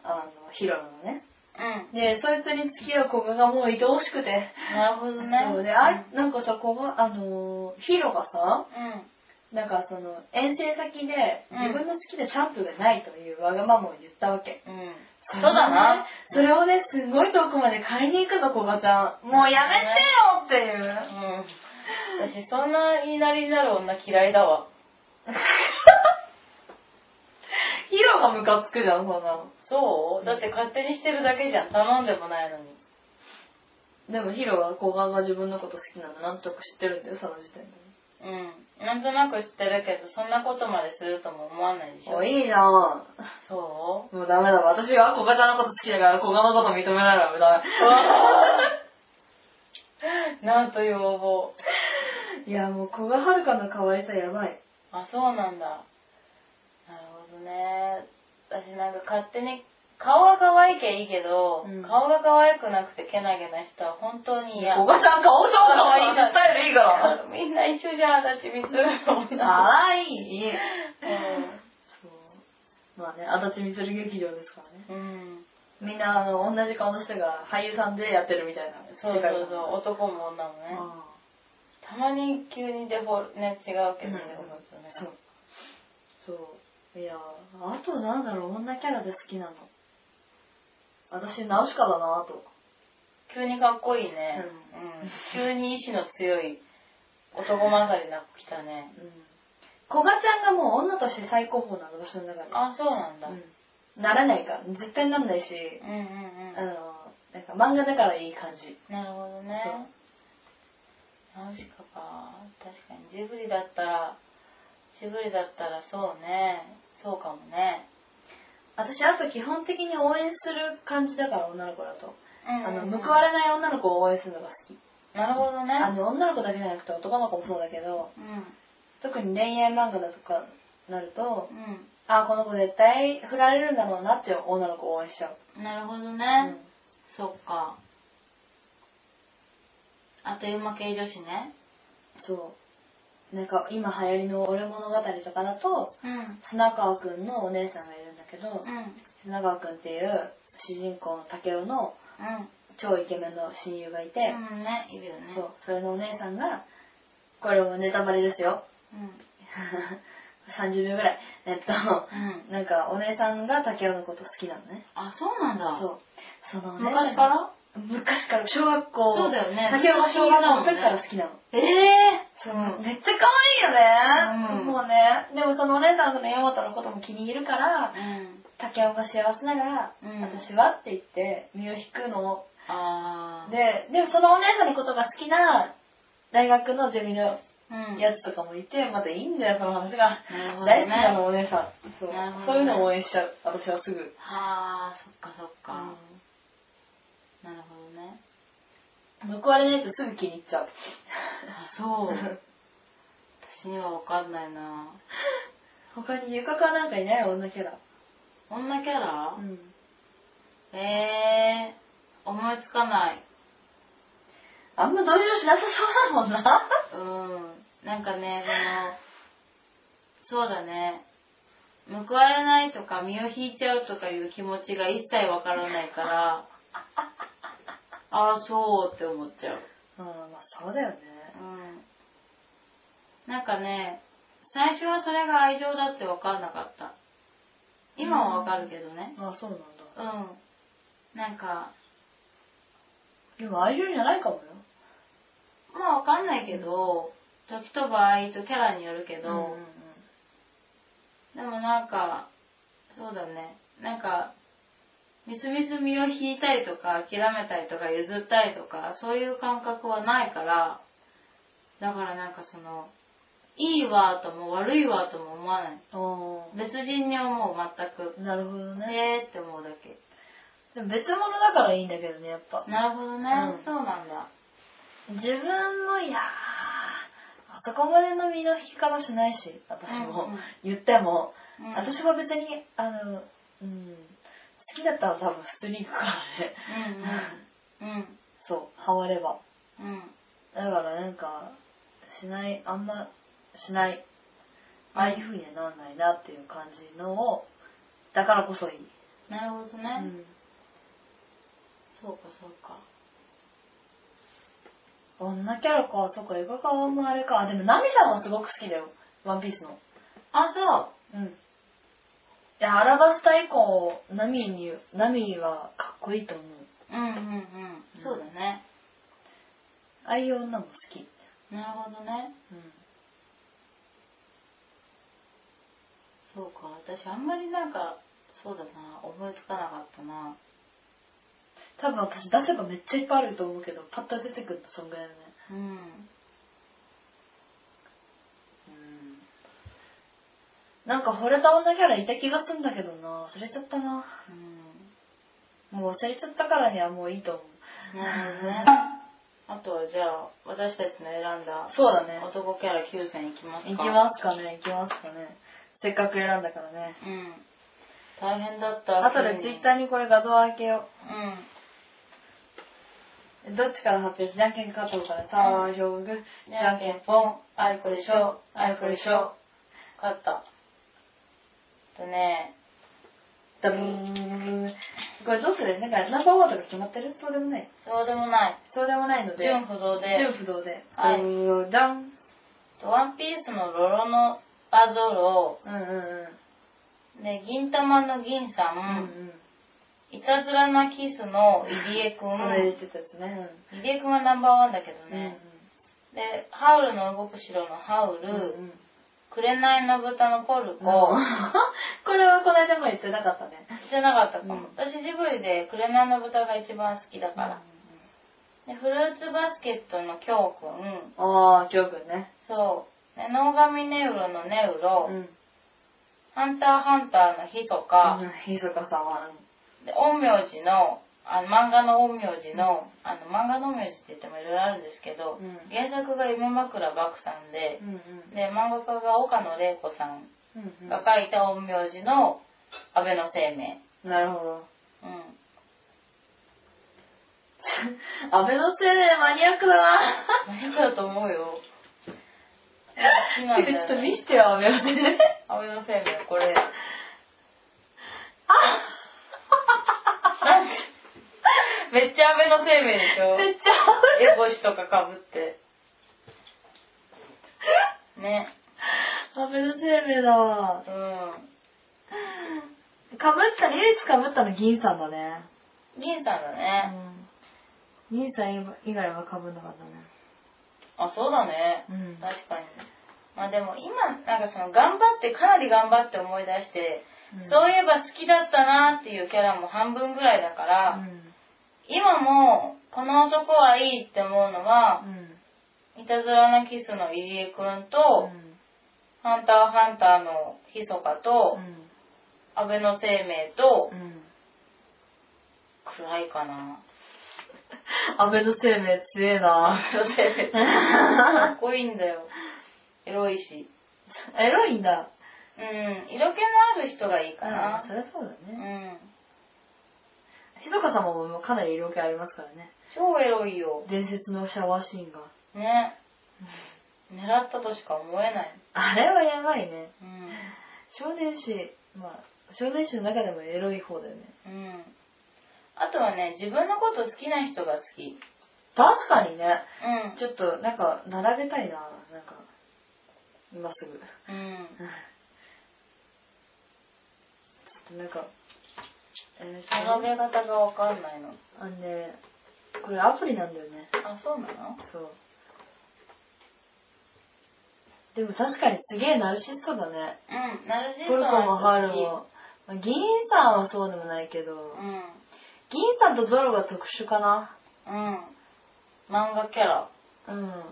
Speaker 2: あの、ヒロのね。
Speaker 3: うん。
Speaker 2: で、そいつに付き合う子がもう愛おしくて。
Speaker 3: なるほどね。
Speaker 2: そうで、あれ、なんかさ、こう、あのー、ヒロがさ、
Speaker 3: うん。
Speaker 2: なんかその、遠征先で、
Speaker 3: うん
Speaker 2: 自分の好きなシャンプーがないというわがままを言ったわけ。
Speaker 3: うん。そうだな。
Speaker 2: それをね、それをねすごい遠くまで買いに行くの、小賀ちゃん。もうやめてよっていう
Speaker 3: う。ん。私、そんな言いなりになる女嫌いだわ。
Speaker 2: ヒロがムカつくじゃん、そんなの。
Speaker 3: そうだって勝手にしてるだけじゃん。頼んでもないのに。
Speaker 2: でもヒロが、小賀が自分のこと好きなんだ、なんとなく知ってるんだよ、その時点で。
Speaker 3: うん。なんとなく知ってるけど、そんなことまでするとも思わないでしょ
Speaker 2: お、。いいじゃん。
Speaker 3: そう
Speaker 2: もうダメだわ。私は小賀ちゃんのこと好きだから、小賀のこと認めないのはダメ。
Speaker 3: なんという応募。
Speaker 2: いやもう古賀遥の可愛さやばい。
Speaker 3: あ、そうなんだ。なるほどね。私なんか勝手に、顔が可愛いけいいけど、
Speaker 2: うん
Speaker 3: 顔が可愛くなくてけなげな人は本当に嫌。
Speaker 2: 古賀ちゃん顔超可愛いから、スタイルいいから。
Speaker 3: みんな一緒じゃん、だって見つめるもんな。
Speaker 2: 可愛い。
Speaker 3: う
Speaker 2: そう。まあね、足立みつる劇場ですからね。
Speaker 3: んうん。
Speaker 2: みんなあの、同じ顔の人が俳優さんでやってるみたいな。
Speaker 3: そうそ
Speaker 2: 世
Speaker 3: う
Speaker 2: 界
Speaker 3: そう、
Speaker 2: 観
Speaker 3: 男も女もね。たまに急にデフォルね違うけどね、
Speaker 2: うん
Speaker 3: 本当ね
Speaker 2: そうそう。いやあとなんだろう、女キャラで好きなの。私、ナウシカだなぁと。
Speaker 3: 急にかっこいいね、うん急に意志の強い男勝りな子来たね
Speaker 2: うん。古賀ちゃんがもう女として最高峰なの、私の中で。
Speaker 3: あそうなんだ、うん、
Speaker 2: うん、ならないから絶対なんないし、
Speaker 3: うんうん
Speaker 2: あのなんか漫画だからいい感じ
Speaker 3: なるほどねナウシカか確かにジブリだったらジブリだったらそうねそうかもね
Speaker 2: 私あと基本的に応援する感じだから女の子だと、
Speaker 3: うん
Speaker 2: あの
Speaker 3: うんうん
Speaker 2: 報われない女の子を応援するのが好き、
Speaker 3: なるほどね
Speaker 2: あの女の子だけじゃなくて男の子もそうだけど
Speaker 3: う
Speaker 2: 特に恋愛漫画だとかなると
Speaker 3: ん
Speaker 2: あこの子絶対振られるんだろうなって女の子を応援しちゃう、
Speaker 3: うんなるほどね、
Speaker 2: うん
Speaker 3: そっかあっという間系女子ね
Speaker 2: そうなんか今流行りの「俺物語」とかだと
Speaker 3: うん
Speaker 2: 砂川くんのお姉さんがいるんだけど、
Speaker 3: うん
Speaker 2: 砂川くんっていう主人公の竹雄の
Speaker 3: うん
Speaker 2: 超イケメンの親友がいて、
Speaker 3: うんねいるよね
Speaker 2: そうそれのお姉さんがこれもネタバレですよ
Speaker 3: うん
Speaker 2: 30秒ぐらいえっと
Speaker 3: うん
Speaker 2: なんかお姉さんが竹雄のこと好きなのね
Speaker 3: あそうなんだ
Speaker 2: そうそのお姉さん
Speaker 3: 昔から
Speaker 2: 昔から小学校
Speaker 3: そうだよね
Speaker 2: 竹雄が小学校の時から好きなの、
Speaker 3: ええ
Speaker 2: そう
Speaker 3: うん
Speaker 2: めっちゃ可愛いよね、
Speaker 3: うん
Speaker 2: もうねでもそのお姉さんの山本のことも気に入るから
Speaker 3: うん
Speaker 2: 竹雄が幸せなら、
Speaker 3: うん
Speaker 2: 私はって言って身を引くのを
Speaker 3: あー
Speaker 2: で、でもそのお姉さんのことが好きな大学のゼミの
Speaker 3: うん
Speaker 2: やつとかもいて、またいいんだよ、その話が。
Speaker 3: なるほど
Speaker 2: 大好きな
Speaker 3: ね
Speaker 2: の、お姉さん。そう
Speaker 3: なるほどね
Speaker 2: そういうのを応援しちゃう、私はすぐ。
Speaker 3: はあそっかそっかなるほどね
Speaker 2: うん報われないとすぐ気に入っちゃう。
Speaker 3: あそう私には分かんないな
Speaker 2: 他にゆかかなんかいない女キャラ。
Speaker 3: 女キャラ
Speaker 2: ん。
Speaker 3: ええ思いつかない
Speaker 2: あんま同情しなさそうだもんな。
Speaker 3: うんなんかね、その、そうだね。報われないとか身を引いちゃうとかいう気持ちが一切わからないから、ああ、そうって思っちゃう。
Speaker 2: うん、まあそうだよね。
Speaker 3: うん。なんかね、最初はそれが愛情だってわかんなかった。今はわかるけどね。
Speaker 2: まあそうなんだ。
Speaker 3: うん。なんか、
Speaker 2: でも愛情じゃないかもよ。
Speaker 3: まあわかんないけど、時と場合とキャラによるけど、
Speaker 2: んん
Speaker 3: でもなんか、そうだね。なんか、みすみす身を引いたりとか、諦めたりとか、譲ったりとか、そういう感覚はないから、だからなんかその、いいわとも悪いわとも思わない。
Speaker 2: お
Speaker 3: 別人に思う、全く。
Speaker 2: ーなるほどね。
Speaker 3: ねえーって思うだけ。
Speaker 2: でも別物だからいいんだけどね、やっぱ。
Speaker 3: なるほどね、
Speaker 2: うん
Speaker 3: そうなんだ。
Speaker 2: 自分も、いやー、どこまでの身の引き方しないし、私も。
Speaker 3: うんうん
Speaker 2: 言っても、
Speaker 3: うん
Speaker 2: 私は別に、あの、うん、好きだったら多分普通に行くからね。
Speaker 3: うんうん。
Speaker 2: そう、ハマれば。
Speaker 3: うん。うん。
Speaker 2: だからなんか、しない、あんま、しない。ああいう風にはなんないなっていう感じのを、だからこそいい。
Speaker 3: なるほど
Speaker 2: う
Speaker 3: ね。
Speaker 2: ん。
Speaker 3: そうかそうか。
Speaker 2: 女キャラか、そっか、映画化はあんまあれか。あでも、ナミさんはすごく好きだよ。ワンピースの。
Speaker 3: あ、そ
Speaker 2: う
Speaker 3: う。
Speaker 2: ん。いや、アラバスタ以降、ナミに、ナミはかっこいいと思う。
Speaker 3: うんうんうん。そうだね。
Speaker 2: ああいう女も好き。
Speaker 3: なるほどね。
Speaker 2: うん。
Speaker 3: そうか。私あんまりなんか、そうだな。思いつかなかったな。
Speaker 2: 多分私出せばめっちゃいっぱいあると思うけど、パッと出てくるとそんぐらいだね。
Speaker 3: うん。
Speaker 2: うん。なんか惚れた女キャラいた気がするんだけどな。忘れちゃったな。
Speaker 3: うん。
Speaker 2: もう忘れちゃったからにはもういいと思う。
Speaker 3: なるほど ね。あとはじゃあ、私たちの選んだ
Speaker 2: そうだね
Speaker 3: 男キャラ9選いきますか。
Speaker 2: いきますかね、いきますかね。せっかく選んだからね。
Speaker 3: す。うん。大変だった。
Speaker 2: あとでツイッターにこれ画像を開けよ
Speaker 3: うん。
Speaker 2: う。どっちから発表しじゃんけんかとうからさ、表具。
Speaker 3: じゃんけんぽん、あいこでしょ、あいこでしょ。勝った。えっとね、
Speaker 2: ダブーンこれどうするなんかナンバーワンとか決まってるそうでもない。
Speaker 3: そうでもない。
Speaker 2: そうでもないので、
Speaker 3: 純不動で、
Speaker 2: 純不動で。
Speaker 3: はい
Speaker 2: い。ダン。
Speaker 3: ワンピースのロロのアゾロ、
Speaker 2: うんうんうん。
Speaker 3: で、銀玉の銀さ、
Speaker 2: うんん
Speaker 3: いたずらなキスの入江く
Speaker 2: うん。これ入れ
Speaker 3: ん。
Speaker 2: てたやつね。
Speaker 3: 入江くんはナンバーワンだけど
Speaker 2: うん
Speaker 3: ね。で、ハウルの動く城のハウ
Speaker 2: うんうん。う
Speaker 3: ル、
Speaker 2: ん
Speaker 3: 紅の豚のポル
Speaker 2: うん
Speaker 3: コ、
Speaker 2: これはこの間も言ってなかったね。
Speaker 3: してなかったかも。
Speaker 2: うん
Speaker 3: 私ジブリで紅の豚が一番好きだから。でフルーツバスケットの京くん、
Speaker 2: ああ、きょうくんね。
Speaker 3: そう、で脳神ネウロのネウロ、
Speaker 2: ん。
Speaker 3: ハンターハンターのヒソカ、
Speaker 2: うん、ひそかさんは。
Speaker 3: で、陰陽師の、あの漫画の陰陽師の、あの漫画の陰陽師って言ってもいろいろあるんですけど、
Speaker 2: うん
Speaker 3: 原作が夢枕漠さんで
Speaker 2: う、んうん。
Speaker 3: で、漫画家が岡野玲子さん
Speaker 2: うんうん
Speaker 3: が書いた陰陽師の安倍の生命。
Speaker 2: なるほど。
Speaker 3: うん。
Speaker 2: アベノ生命マニアックだな。
Speaker 3: 何だと思うよ。好きなんだ
Speaker 2: ちょっ
Speaker 3: よ
Speaker 2: と見
Speaker 3: ね。
Speaker 2: してよ、アベノ生命。
Speaker 3: 安倍の生命、これ。なんかめっちゃ安倍の生命でしょ
Speaker 2: めっちゃ、
Speaker 3: エボシとかかぶって。ね。
Speaker 2: アベノ生命だわ。
Speaker 3: う
Speaker 2: かぶった、唯一かぶったの銀さんだね。
Speaker 3: ん。銀さんだね。
Speaker 2: うん。銀さん以外はかぶんなかったね。
Speaker 3: あ、そうだね。
Speaker 2: うん。
Speaker 3: 確かに。まあでも今、なんかその頑張って、かなり頑張って思い出して、そういえば好きだったなっていうキャラも半分ぐらいだから、
Speaker 2: うん
Speaker 3: 今も、この男はいいって思うのは、いたずらなキスの入江くんと、ハンターハンターのひそかと、安倍の生命と、暗いかな。
Speaker 2: 安倍の生命強えな
Speaker 3: 安倍の生命かっこいいんだよ。エロいし。
Speaker 2: エロいんだ。
Speaker 3: うん、色気のある人がいいかな
Speaker 2: そ。りゃそうだ
Speaker 3: う
Speaker 2: ね。
Speaker 3: ん。
Speaker 2: ひどか様もかなり色気ありますからね。
Speaker 3: 超エロいよ。
Speaker 2: 伝説のシャワーシーンが。
Speaker 3: ね。狙ったとしか思えない。
Speaker 2: あれはやばいね。
Speaker 3: うん。
Speaker 2: 少年誌、まあ、少年誌の中でもエロい方だよね。
Speaker 3: うん。あとはね、自分のこと好きな人が好き。うん。
Speaker 2: 確かにね。ちょっと、なんか、並べたいな。なんか、今すぐ。
Speaker 3: うん。
Speaker 2: ちょっとなんか、えー、
Speaker 3: 並べ方がわかんないの。
Speaker 2: あのね、これアプリなんだよね。
Speaker 3: あ、そうなの
Speaker 2: そう。でも確かにすげえナルシストだね。
Speaker 3: うん、ナルシス
Speaker 2: ポ
Speaker 3: ト
Speaker 2: ルコもハールも、まあ銀さんはそうでもないけど、
Speaker 3: うん。
Speaker 2: 銀さんとゾロが特殊かな。
Speaker 3: うん。漫画キャラ。
Speaker 2: うん。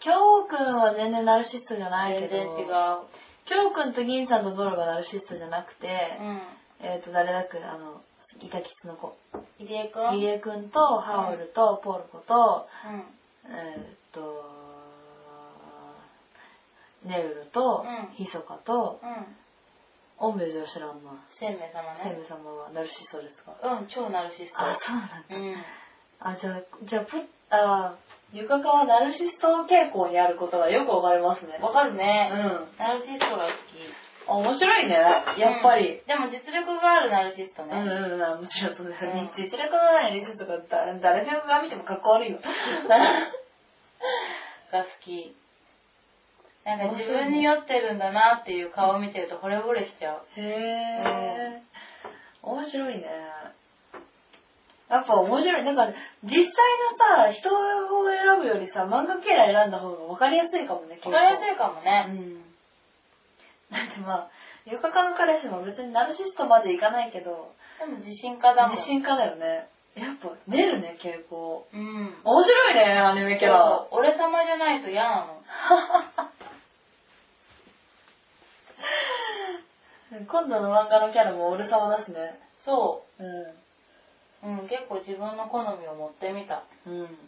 Speaker 2: 京くんは全然ナルシストじゃないけ
Speaker 3: 全
Speaker 2: ど、
Speaker 3: 然違う。
Speaker 2: 京くんと銀さんとゾロがナルシストじゃなくて、
Speaker 3: うん。
Speaker 2: えっ、と、誰だっけ、あの、イタキツの子。
Speaker 3: 入江くんう
Speaker 2: 入
Speaker 3: ん。
Speaker 2: 江くんと、ハウルと、ポルコと、えーっと、ネウルと
Speaker 3: うん、
Speaker 2: ヒソカと、
Speaker 3: うん。
Speaker 2: オンベルジョシュランの
Speaker 3: 生命様
Speaker 2: セ
Speaker 3: ね。
Speaker 2: ブ様はナルシストですか
Speaker 3: うん、超ナルシス
Speaker 2: あ、
Speaker 3: ト。
Speaker 2: そうなんだ。あ、じゃあ、
Speaker 3: うん。
Speaker 2: じゃあ、プあー、ゆかかはナルシスト傾向にあることがよくわかりますね。
Speaker 3: わかる
Speaker 2: う
Speaker 3: ね。
Speaker 2: ん。
Speaker 3: ナルシストが好き。
Speaker 2: あ、面白いね、やっぱり。
Speaker 3: うん。でも実力があるナルシスト
Speaker 2: う
Speaker 3: ね。
Speaker 2: んうんうん、もちろんそうだよね。
Speaker 3: う
Speaker 2: 実力のないリストとかだ誰でもが見てもかっこ悪いよ。
Speaker 3: が好き。なんか自分に酔ってるんだなっていう顔を見てると惚れ惚れしちゃう。
Speaker 2: へえ、面白いね。やっぱ面白い。なんか、ね、実際のさ、人を選ぶよりさ、漫画キャラ選んだ方が分かりやすいかもね、
Speaker 3: わかりや
Speaker 2: い。
Speaker 3: すいかも
Speaker 2: う
Speaker 3: ね。
Speaker 2: ん。だってまあ、ゆかかの彼氏も別にナルシストまでいかないけど、
Speaker 3: でも自信家だもん。
Speaker 2: 自信家だよね。やっぱ出るね、傾向。
Speaker 3: うん。
Speaker 2: 面白いね、アニメキャラ。
Speaker 3: 俺様じゃないと嫌なの。
Speaker 2: 今度の漫画のキャラも俺様だしね。
Speaker 3: そ
Speaker 2: うん。
Speaker 3: う。うん、結構自分の好みを持ってみた。
Speaker 2: うん。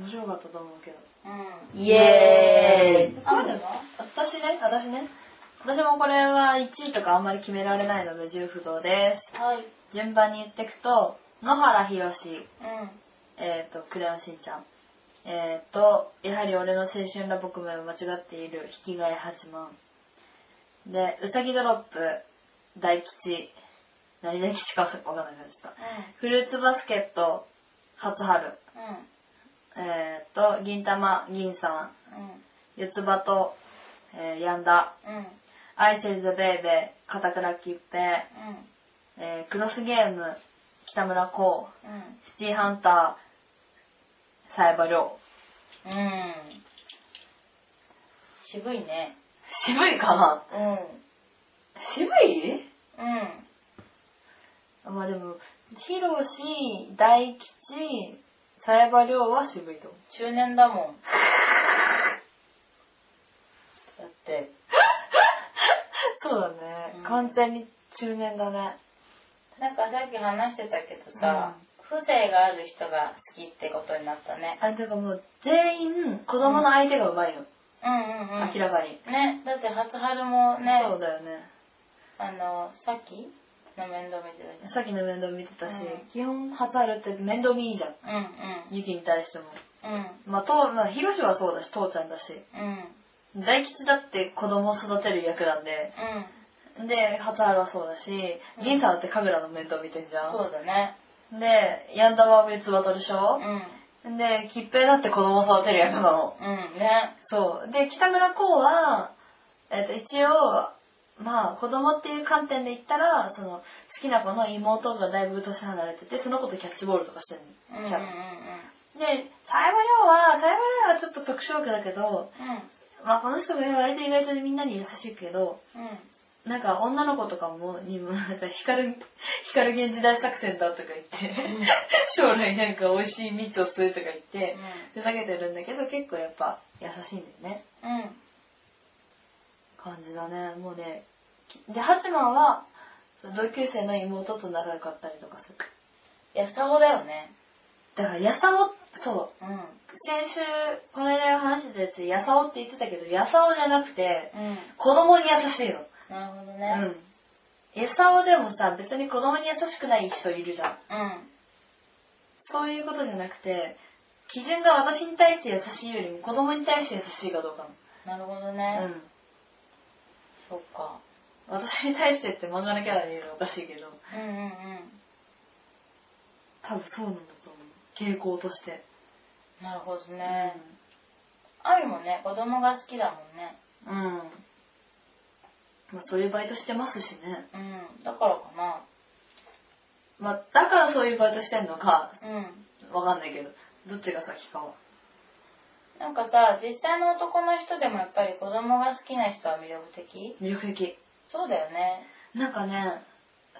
Speaker 2: 面白かったと思うけど。
Speaker 3: うん。
Speaker 2: イエーイ
Speaker 3: あるの
Speaker 2: 私ね、私ね。私もこれは1位とかあんまり決められないので重不動で
Speaker 3: はい。
Speaker 2: す。順番に言っていくと、野原ひろし、
Speaker 3: うん。
Speaker 2: えっ、と、クレヨンしんちゃん。えっ、と、やはり俺の青春ラブコメを間違っている、引き換え8万。で、うさぎドロップ、大吉、何大吉かわかんない感じた。フルーツバスケット、初春。えっ、と、銀玉、銀さん、
Speaker 3: う
Speaker 2: 四つ葉と、えー、ヤンダ、
Speaker 3: ん。うん。うん。
Speaker 2: アイセルズベイベー、片倉吉平、えー、クロスゲーム、北村光、
Speaker 3: う
Speaker 2: シティハンター、サイバリョウ。
Speaker 3: ん。うん。渋いね。
Speaker 2: 渋いかな
Speaker 3: うん。
Speaker 2: 渋い
Speaker 3: うん。
Speaker 2: まあでも、ヒロシ、大吉、サイバリョウは渋いと思う。
Speaker 3: 中年だもん。だって。
Speaker 2: そうだね
Speaker 3: うん
Speaker 2: 完全に中年だね。
Speaker 3: なんかさっき話してたけどさ、風情がある人が好きってことになったね。
Speaker 2: あ、てかもう全員子供の相手がうまいよ。
Speaker 3: うんうんうん。
Speaker 2: 明らかに。
Speaker 3: ね、だって初春もね、
Speaker 2: そうだよね。
Speaker 3: あの、さっきの面倒見てたじ
Speaker 2: さっきの面倒見てたし、
Speaker 3: うん
Speaker 2: 基本ハサルって面倒見いいじゃん。
Speaker 3: ゃん。
Speaker 2: ユキに対しても。
Speaker 3: うんうん。
Speaker 2: まあ、と、まあ、ヒロシはそうだし、父ちゃんだし。
Speaker 3: うん。うん。
Speaker 2: 大吉だって子供を育てる役なんで。
Speaker 3: うん。
Speaker 2: で、ハサルはそうだし、
Speaker 3: うん
Speaker 2: 銀さんだってカメラの面倒見てんじゃん。
Speaker 3: そうだね。
Speaker 2: で、ヤンダは別バトルでし
Speaker 3: う
Speaker 2: ょ
Speaker 3: ん。うん。
Speaker 2: で、吉平だって子供を育てる役なの。
Speaker 3: ね。
Speaker 2: そう。で、北村光は、えっ、と、一応、まあ、子供っていう観点で言ったら、その、好きな子の妹がだいぶ年離れてて、その子とキャッチボールとかしてる
Speaker 3: うんう
Speaker 2: の。
Speaker 3: んうん
Speaker 2: キャラで、サイバリョウは、サイバリョウはちょっと特殊枠だけど、まあこの人もね割と意外とみんなに優しいけど、
Speaker 3: うん。うん。
Speaker 2: なんか女の子とかも、にも、なんか光る、 光源氏大作戦だとか言って、 将来なんか美味しい蜜を吸うとか言って、ふざけてるんだけど結構やっぱ優しいんだよね。
Speaker 3: うん。
Speaker 2: 感じだね。もうね、きで、ハチマンは、その同級生の妹と仲良かったりとかする。
Speaker 3: やさほだよね。
Speaker 2: だから、やさお、そう、
Speaker 3: うん。
Speaker 2: 先週、この間話してたやつで、やさおって言ってたけど、やさおじゃなくて、
Speaker 3: うん。
Speaker 2: 子供に優しいの。
Speaker 3: なるほどね。
Speaker 2: うん。やさおでもさ、別に子供に優しくない人いるじゃん。
Speaker 3: うん。
Speaker 2: そういうことじゃなくて、基準が私に対して優しいよりも子供に対して優しいかどうか
Speaker 3: なるほど
Speaker 2: なの。
Speaker 3: ね。
Speaker 2: ん。
Speaker 3: そっか。
Speaker 2: 私に対してって漫画のキャラで言うのおかしいけど、
Speaker 3: うんうんうん。
Speaker 2: 多分そうなんだと思う。傾向として。
Speaker 3: なるほどね。愛もね、子供が好きだもんね。
Speaker 2: うん。まあ、そういうバイトしてますしね。
Speaker 3: うん。だからかな。
Speaker 2: まあ、だからそういうバイトしてんのか、
Speaker 3: うん。
Speaker 2: わかんないけど、どっちが先かは。
Speaker 3: なんかさ、実際の男の人でもやっぱり子供が好きな人は魅力的
Speaker 2: 魅力的。
Speaker 3: そうだよね。
Speaker 2: なんかね、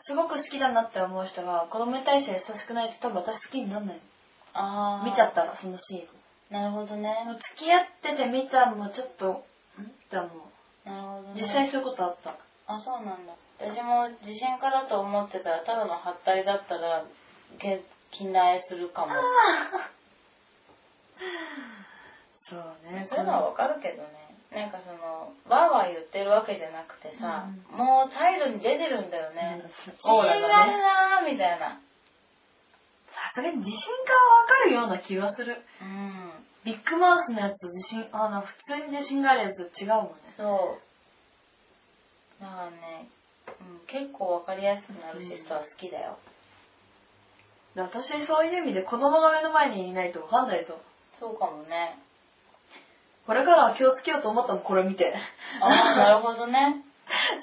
Speaker 2: すごく好きだなって思う人が子供に対して優しくないと多分私好きになんない
Speaker 3: あー
Speaker 2: 見ちゃったらそのシーン
Speaker 3: なるほどね
Speaker 2: あの付き合ってて見たのちょっとんって思う
Speaker 3: なるほどね
Speaker 2: 実際そういうことあった
Speaker 3: あそうなんだ私も地震家だと思ってたらただの発体だったらげ近代するかも
Speaker 2: そうね
Speaker 3: そういうのはわかるけどねなんかそのわーわー言ってるわけじゃなくてさ、もう態度に出てるんだよね、
Speaker 2: うんオーラ
Speaker 3: 信
Speaker 2: が
Speaker 3: じら
Speaker 2: ね
Speaker 3: れなーみたいな
Speaker 2: さすがに自信家はわかるような気がする
Speaker 3: うん
Speaker 2: ビッグマウスのやつ自信あの普通に自信があるやつ違うもんね
Speaker 3: そうだからね、うん、結構わかりやすくなるシストは好きだよ、
Speaker 2: で私そういう意味で子供が目の前にいないとわかんないぞ
Speaker 3: そうかも ね
Speaker 2: これからは気をつけようと思ったのこれ見て
Speaker 3: ああなるほどね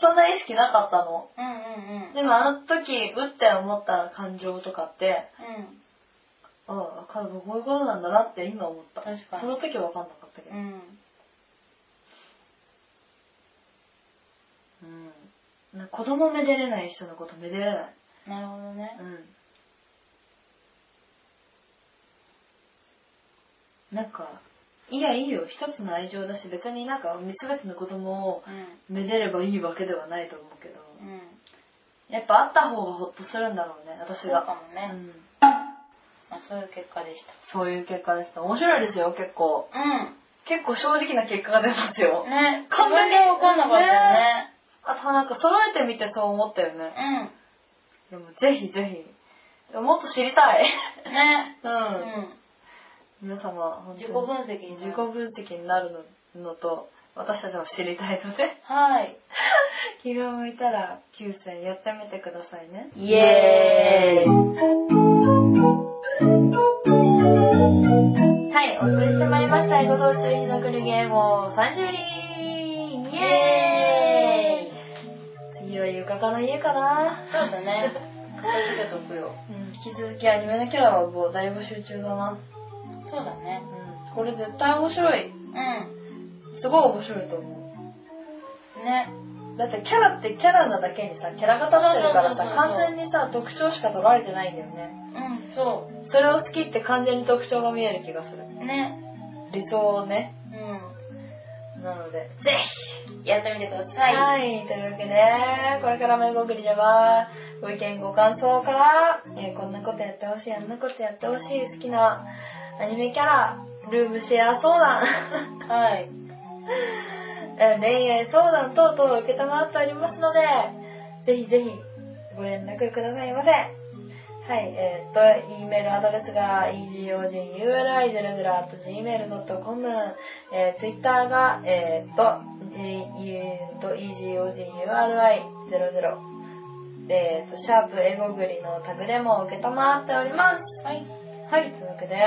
Speaker 2: そんな意識なかったの
Speaker 3: うんうんうん
Speaker 2: でもあの時うって思った感情とかって
Speaker 3: うん
Speaker 2: ああ彼もこういうことなんだなって今思った
Speaker 3: 確かに
Speaker 2: その時は分かんなかったけど
Speaker 3: うん
Speaker 2: うんなんか子供めでれない人のことめでれない
Speaker 3: なるほどね
Speaker 2: うんなんかいやいいよ一つの愛情だし別になんか三つ別の子供を
Speaker 3: う
Speaker 2: めでればいいわけではないと思うけど
Speaker 3: んうん
Speaker 2: やっぱあった方がホッとするんだろうね私
Speaker 3: そう
Speaker 2: が
Speaker 3: かもね、
Speaker 2: うん
Speaker 3: まあ、そういう結果でした
Speaker 2: そういう結果でした面白いですよ結構
Speaker 3: う
Speaker 2: 結構正直な結果が出ますよ
Speaker 3: んね
Speaker 2: 完全
Speaker 3: 完全
Speaker 2: に
Speaker 3: に分かんなかったよ
Speaker 2: あとなんか揃えてみてそう思ったよね
Speaker 3: ね
Speaker 2: でもぜひぜひもっと知りたい
Speaker 3: うんね
Speaker 2: う
Speaker 3: うんん
Speaker 2: 皆様本当に
Speaker 3: 自己分析になる
Speaker 2: 自己分析になるののと私たちも知りたいので
Speaker 3: はい
Speaker 2: 気が向いたら9選やってみてくださいね
Speaker 4: イエーイ
Speaker 2: はいお送りしてまいりました「ご当中日のくるゲームを30人」イエーイ次は浴衣の家かな
Speaker 3: そうだね 気をつけとくよ
Speaker 2: うん引き続きアニメのキャラはもう大募集中だな、
Speaker 3: そうだね
Speaker 2: うん、これ絶対面白い
Speaker 3: うん
Speaker 2: すごい面白いと思
Speaker 3: ね
Speaker 2: うだってキャラってキャラなだけにさキャラ型になってるからさ
Speaker 3: そうそうそうそう
Speaker 2: 完全にさ特徴しか取られてないんだよね
Speaker 3: うんそ
Speaker 2: それを好きって完全に特徴が見える気がする
Speaker 3: うね
Speaker 2: 理想をね
Speaker 3: うん
Speaker 2: なので
Speaker 4: ぜひやってみてください。
Speaker 2: はい、というわけでこれからも「ごくり」ではご意見ご感想から、えーこんなことやってほしいあんなことやってほしい好きなアニメキャラルームシェア相談
Speaker 3: はい
Speaker 2: えー恋愛相談等々を承っておりますのでぜひぜひご連絡くださいませはい、えっと、E メールアドレスが egoginuri00.gmail.com、えー、Twitter が、えっと、e- e- と egoginuri00、えっと、シャープエゴグリのタグでも受けたまっております。はい。はい、というわけで、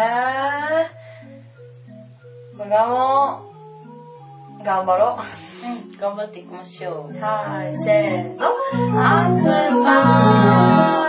Speaker 2: これからも、頑張ろ
Speaker 3: うん頑張っていきましょ
Speaker 2: Oh,
Speaker 3: う
Speaker 2: う。はい、せーの、アップバー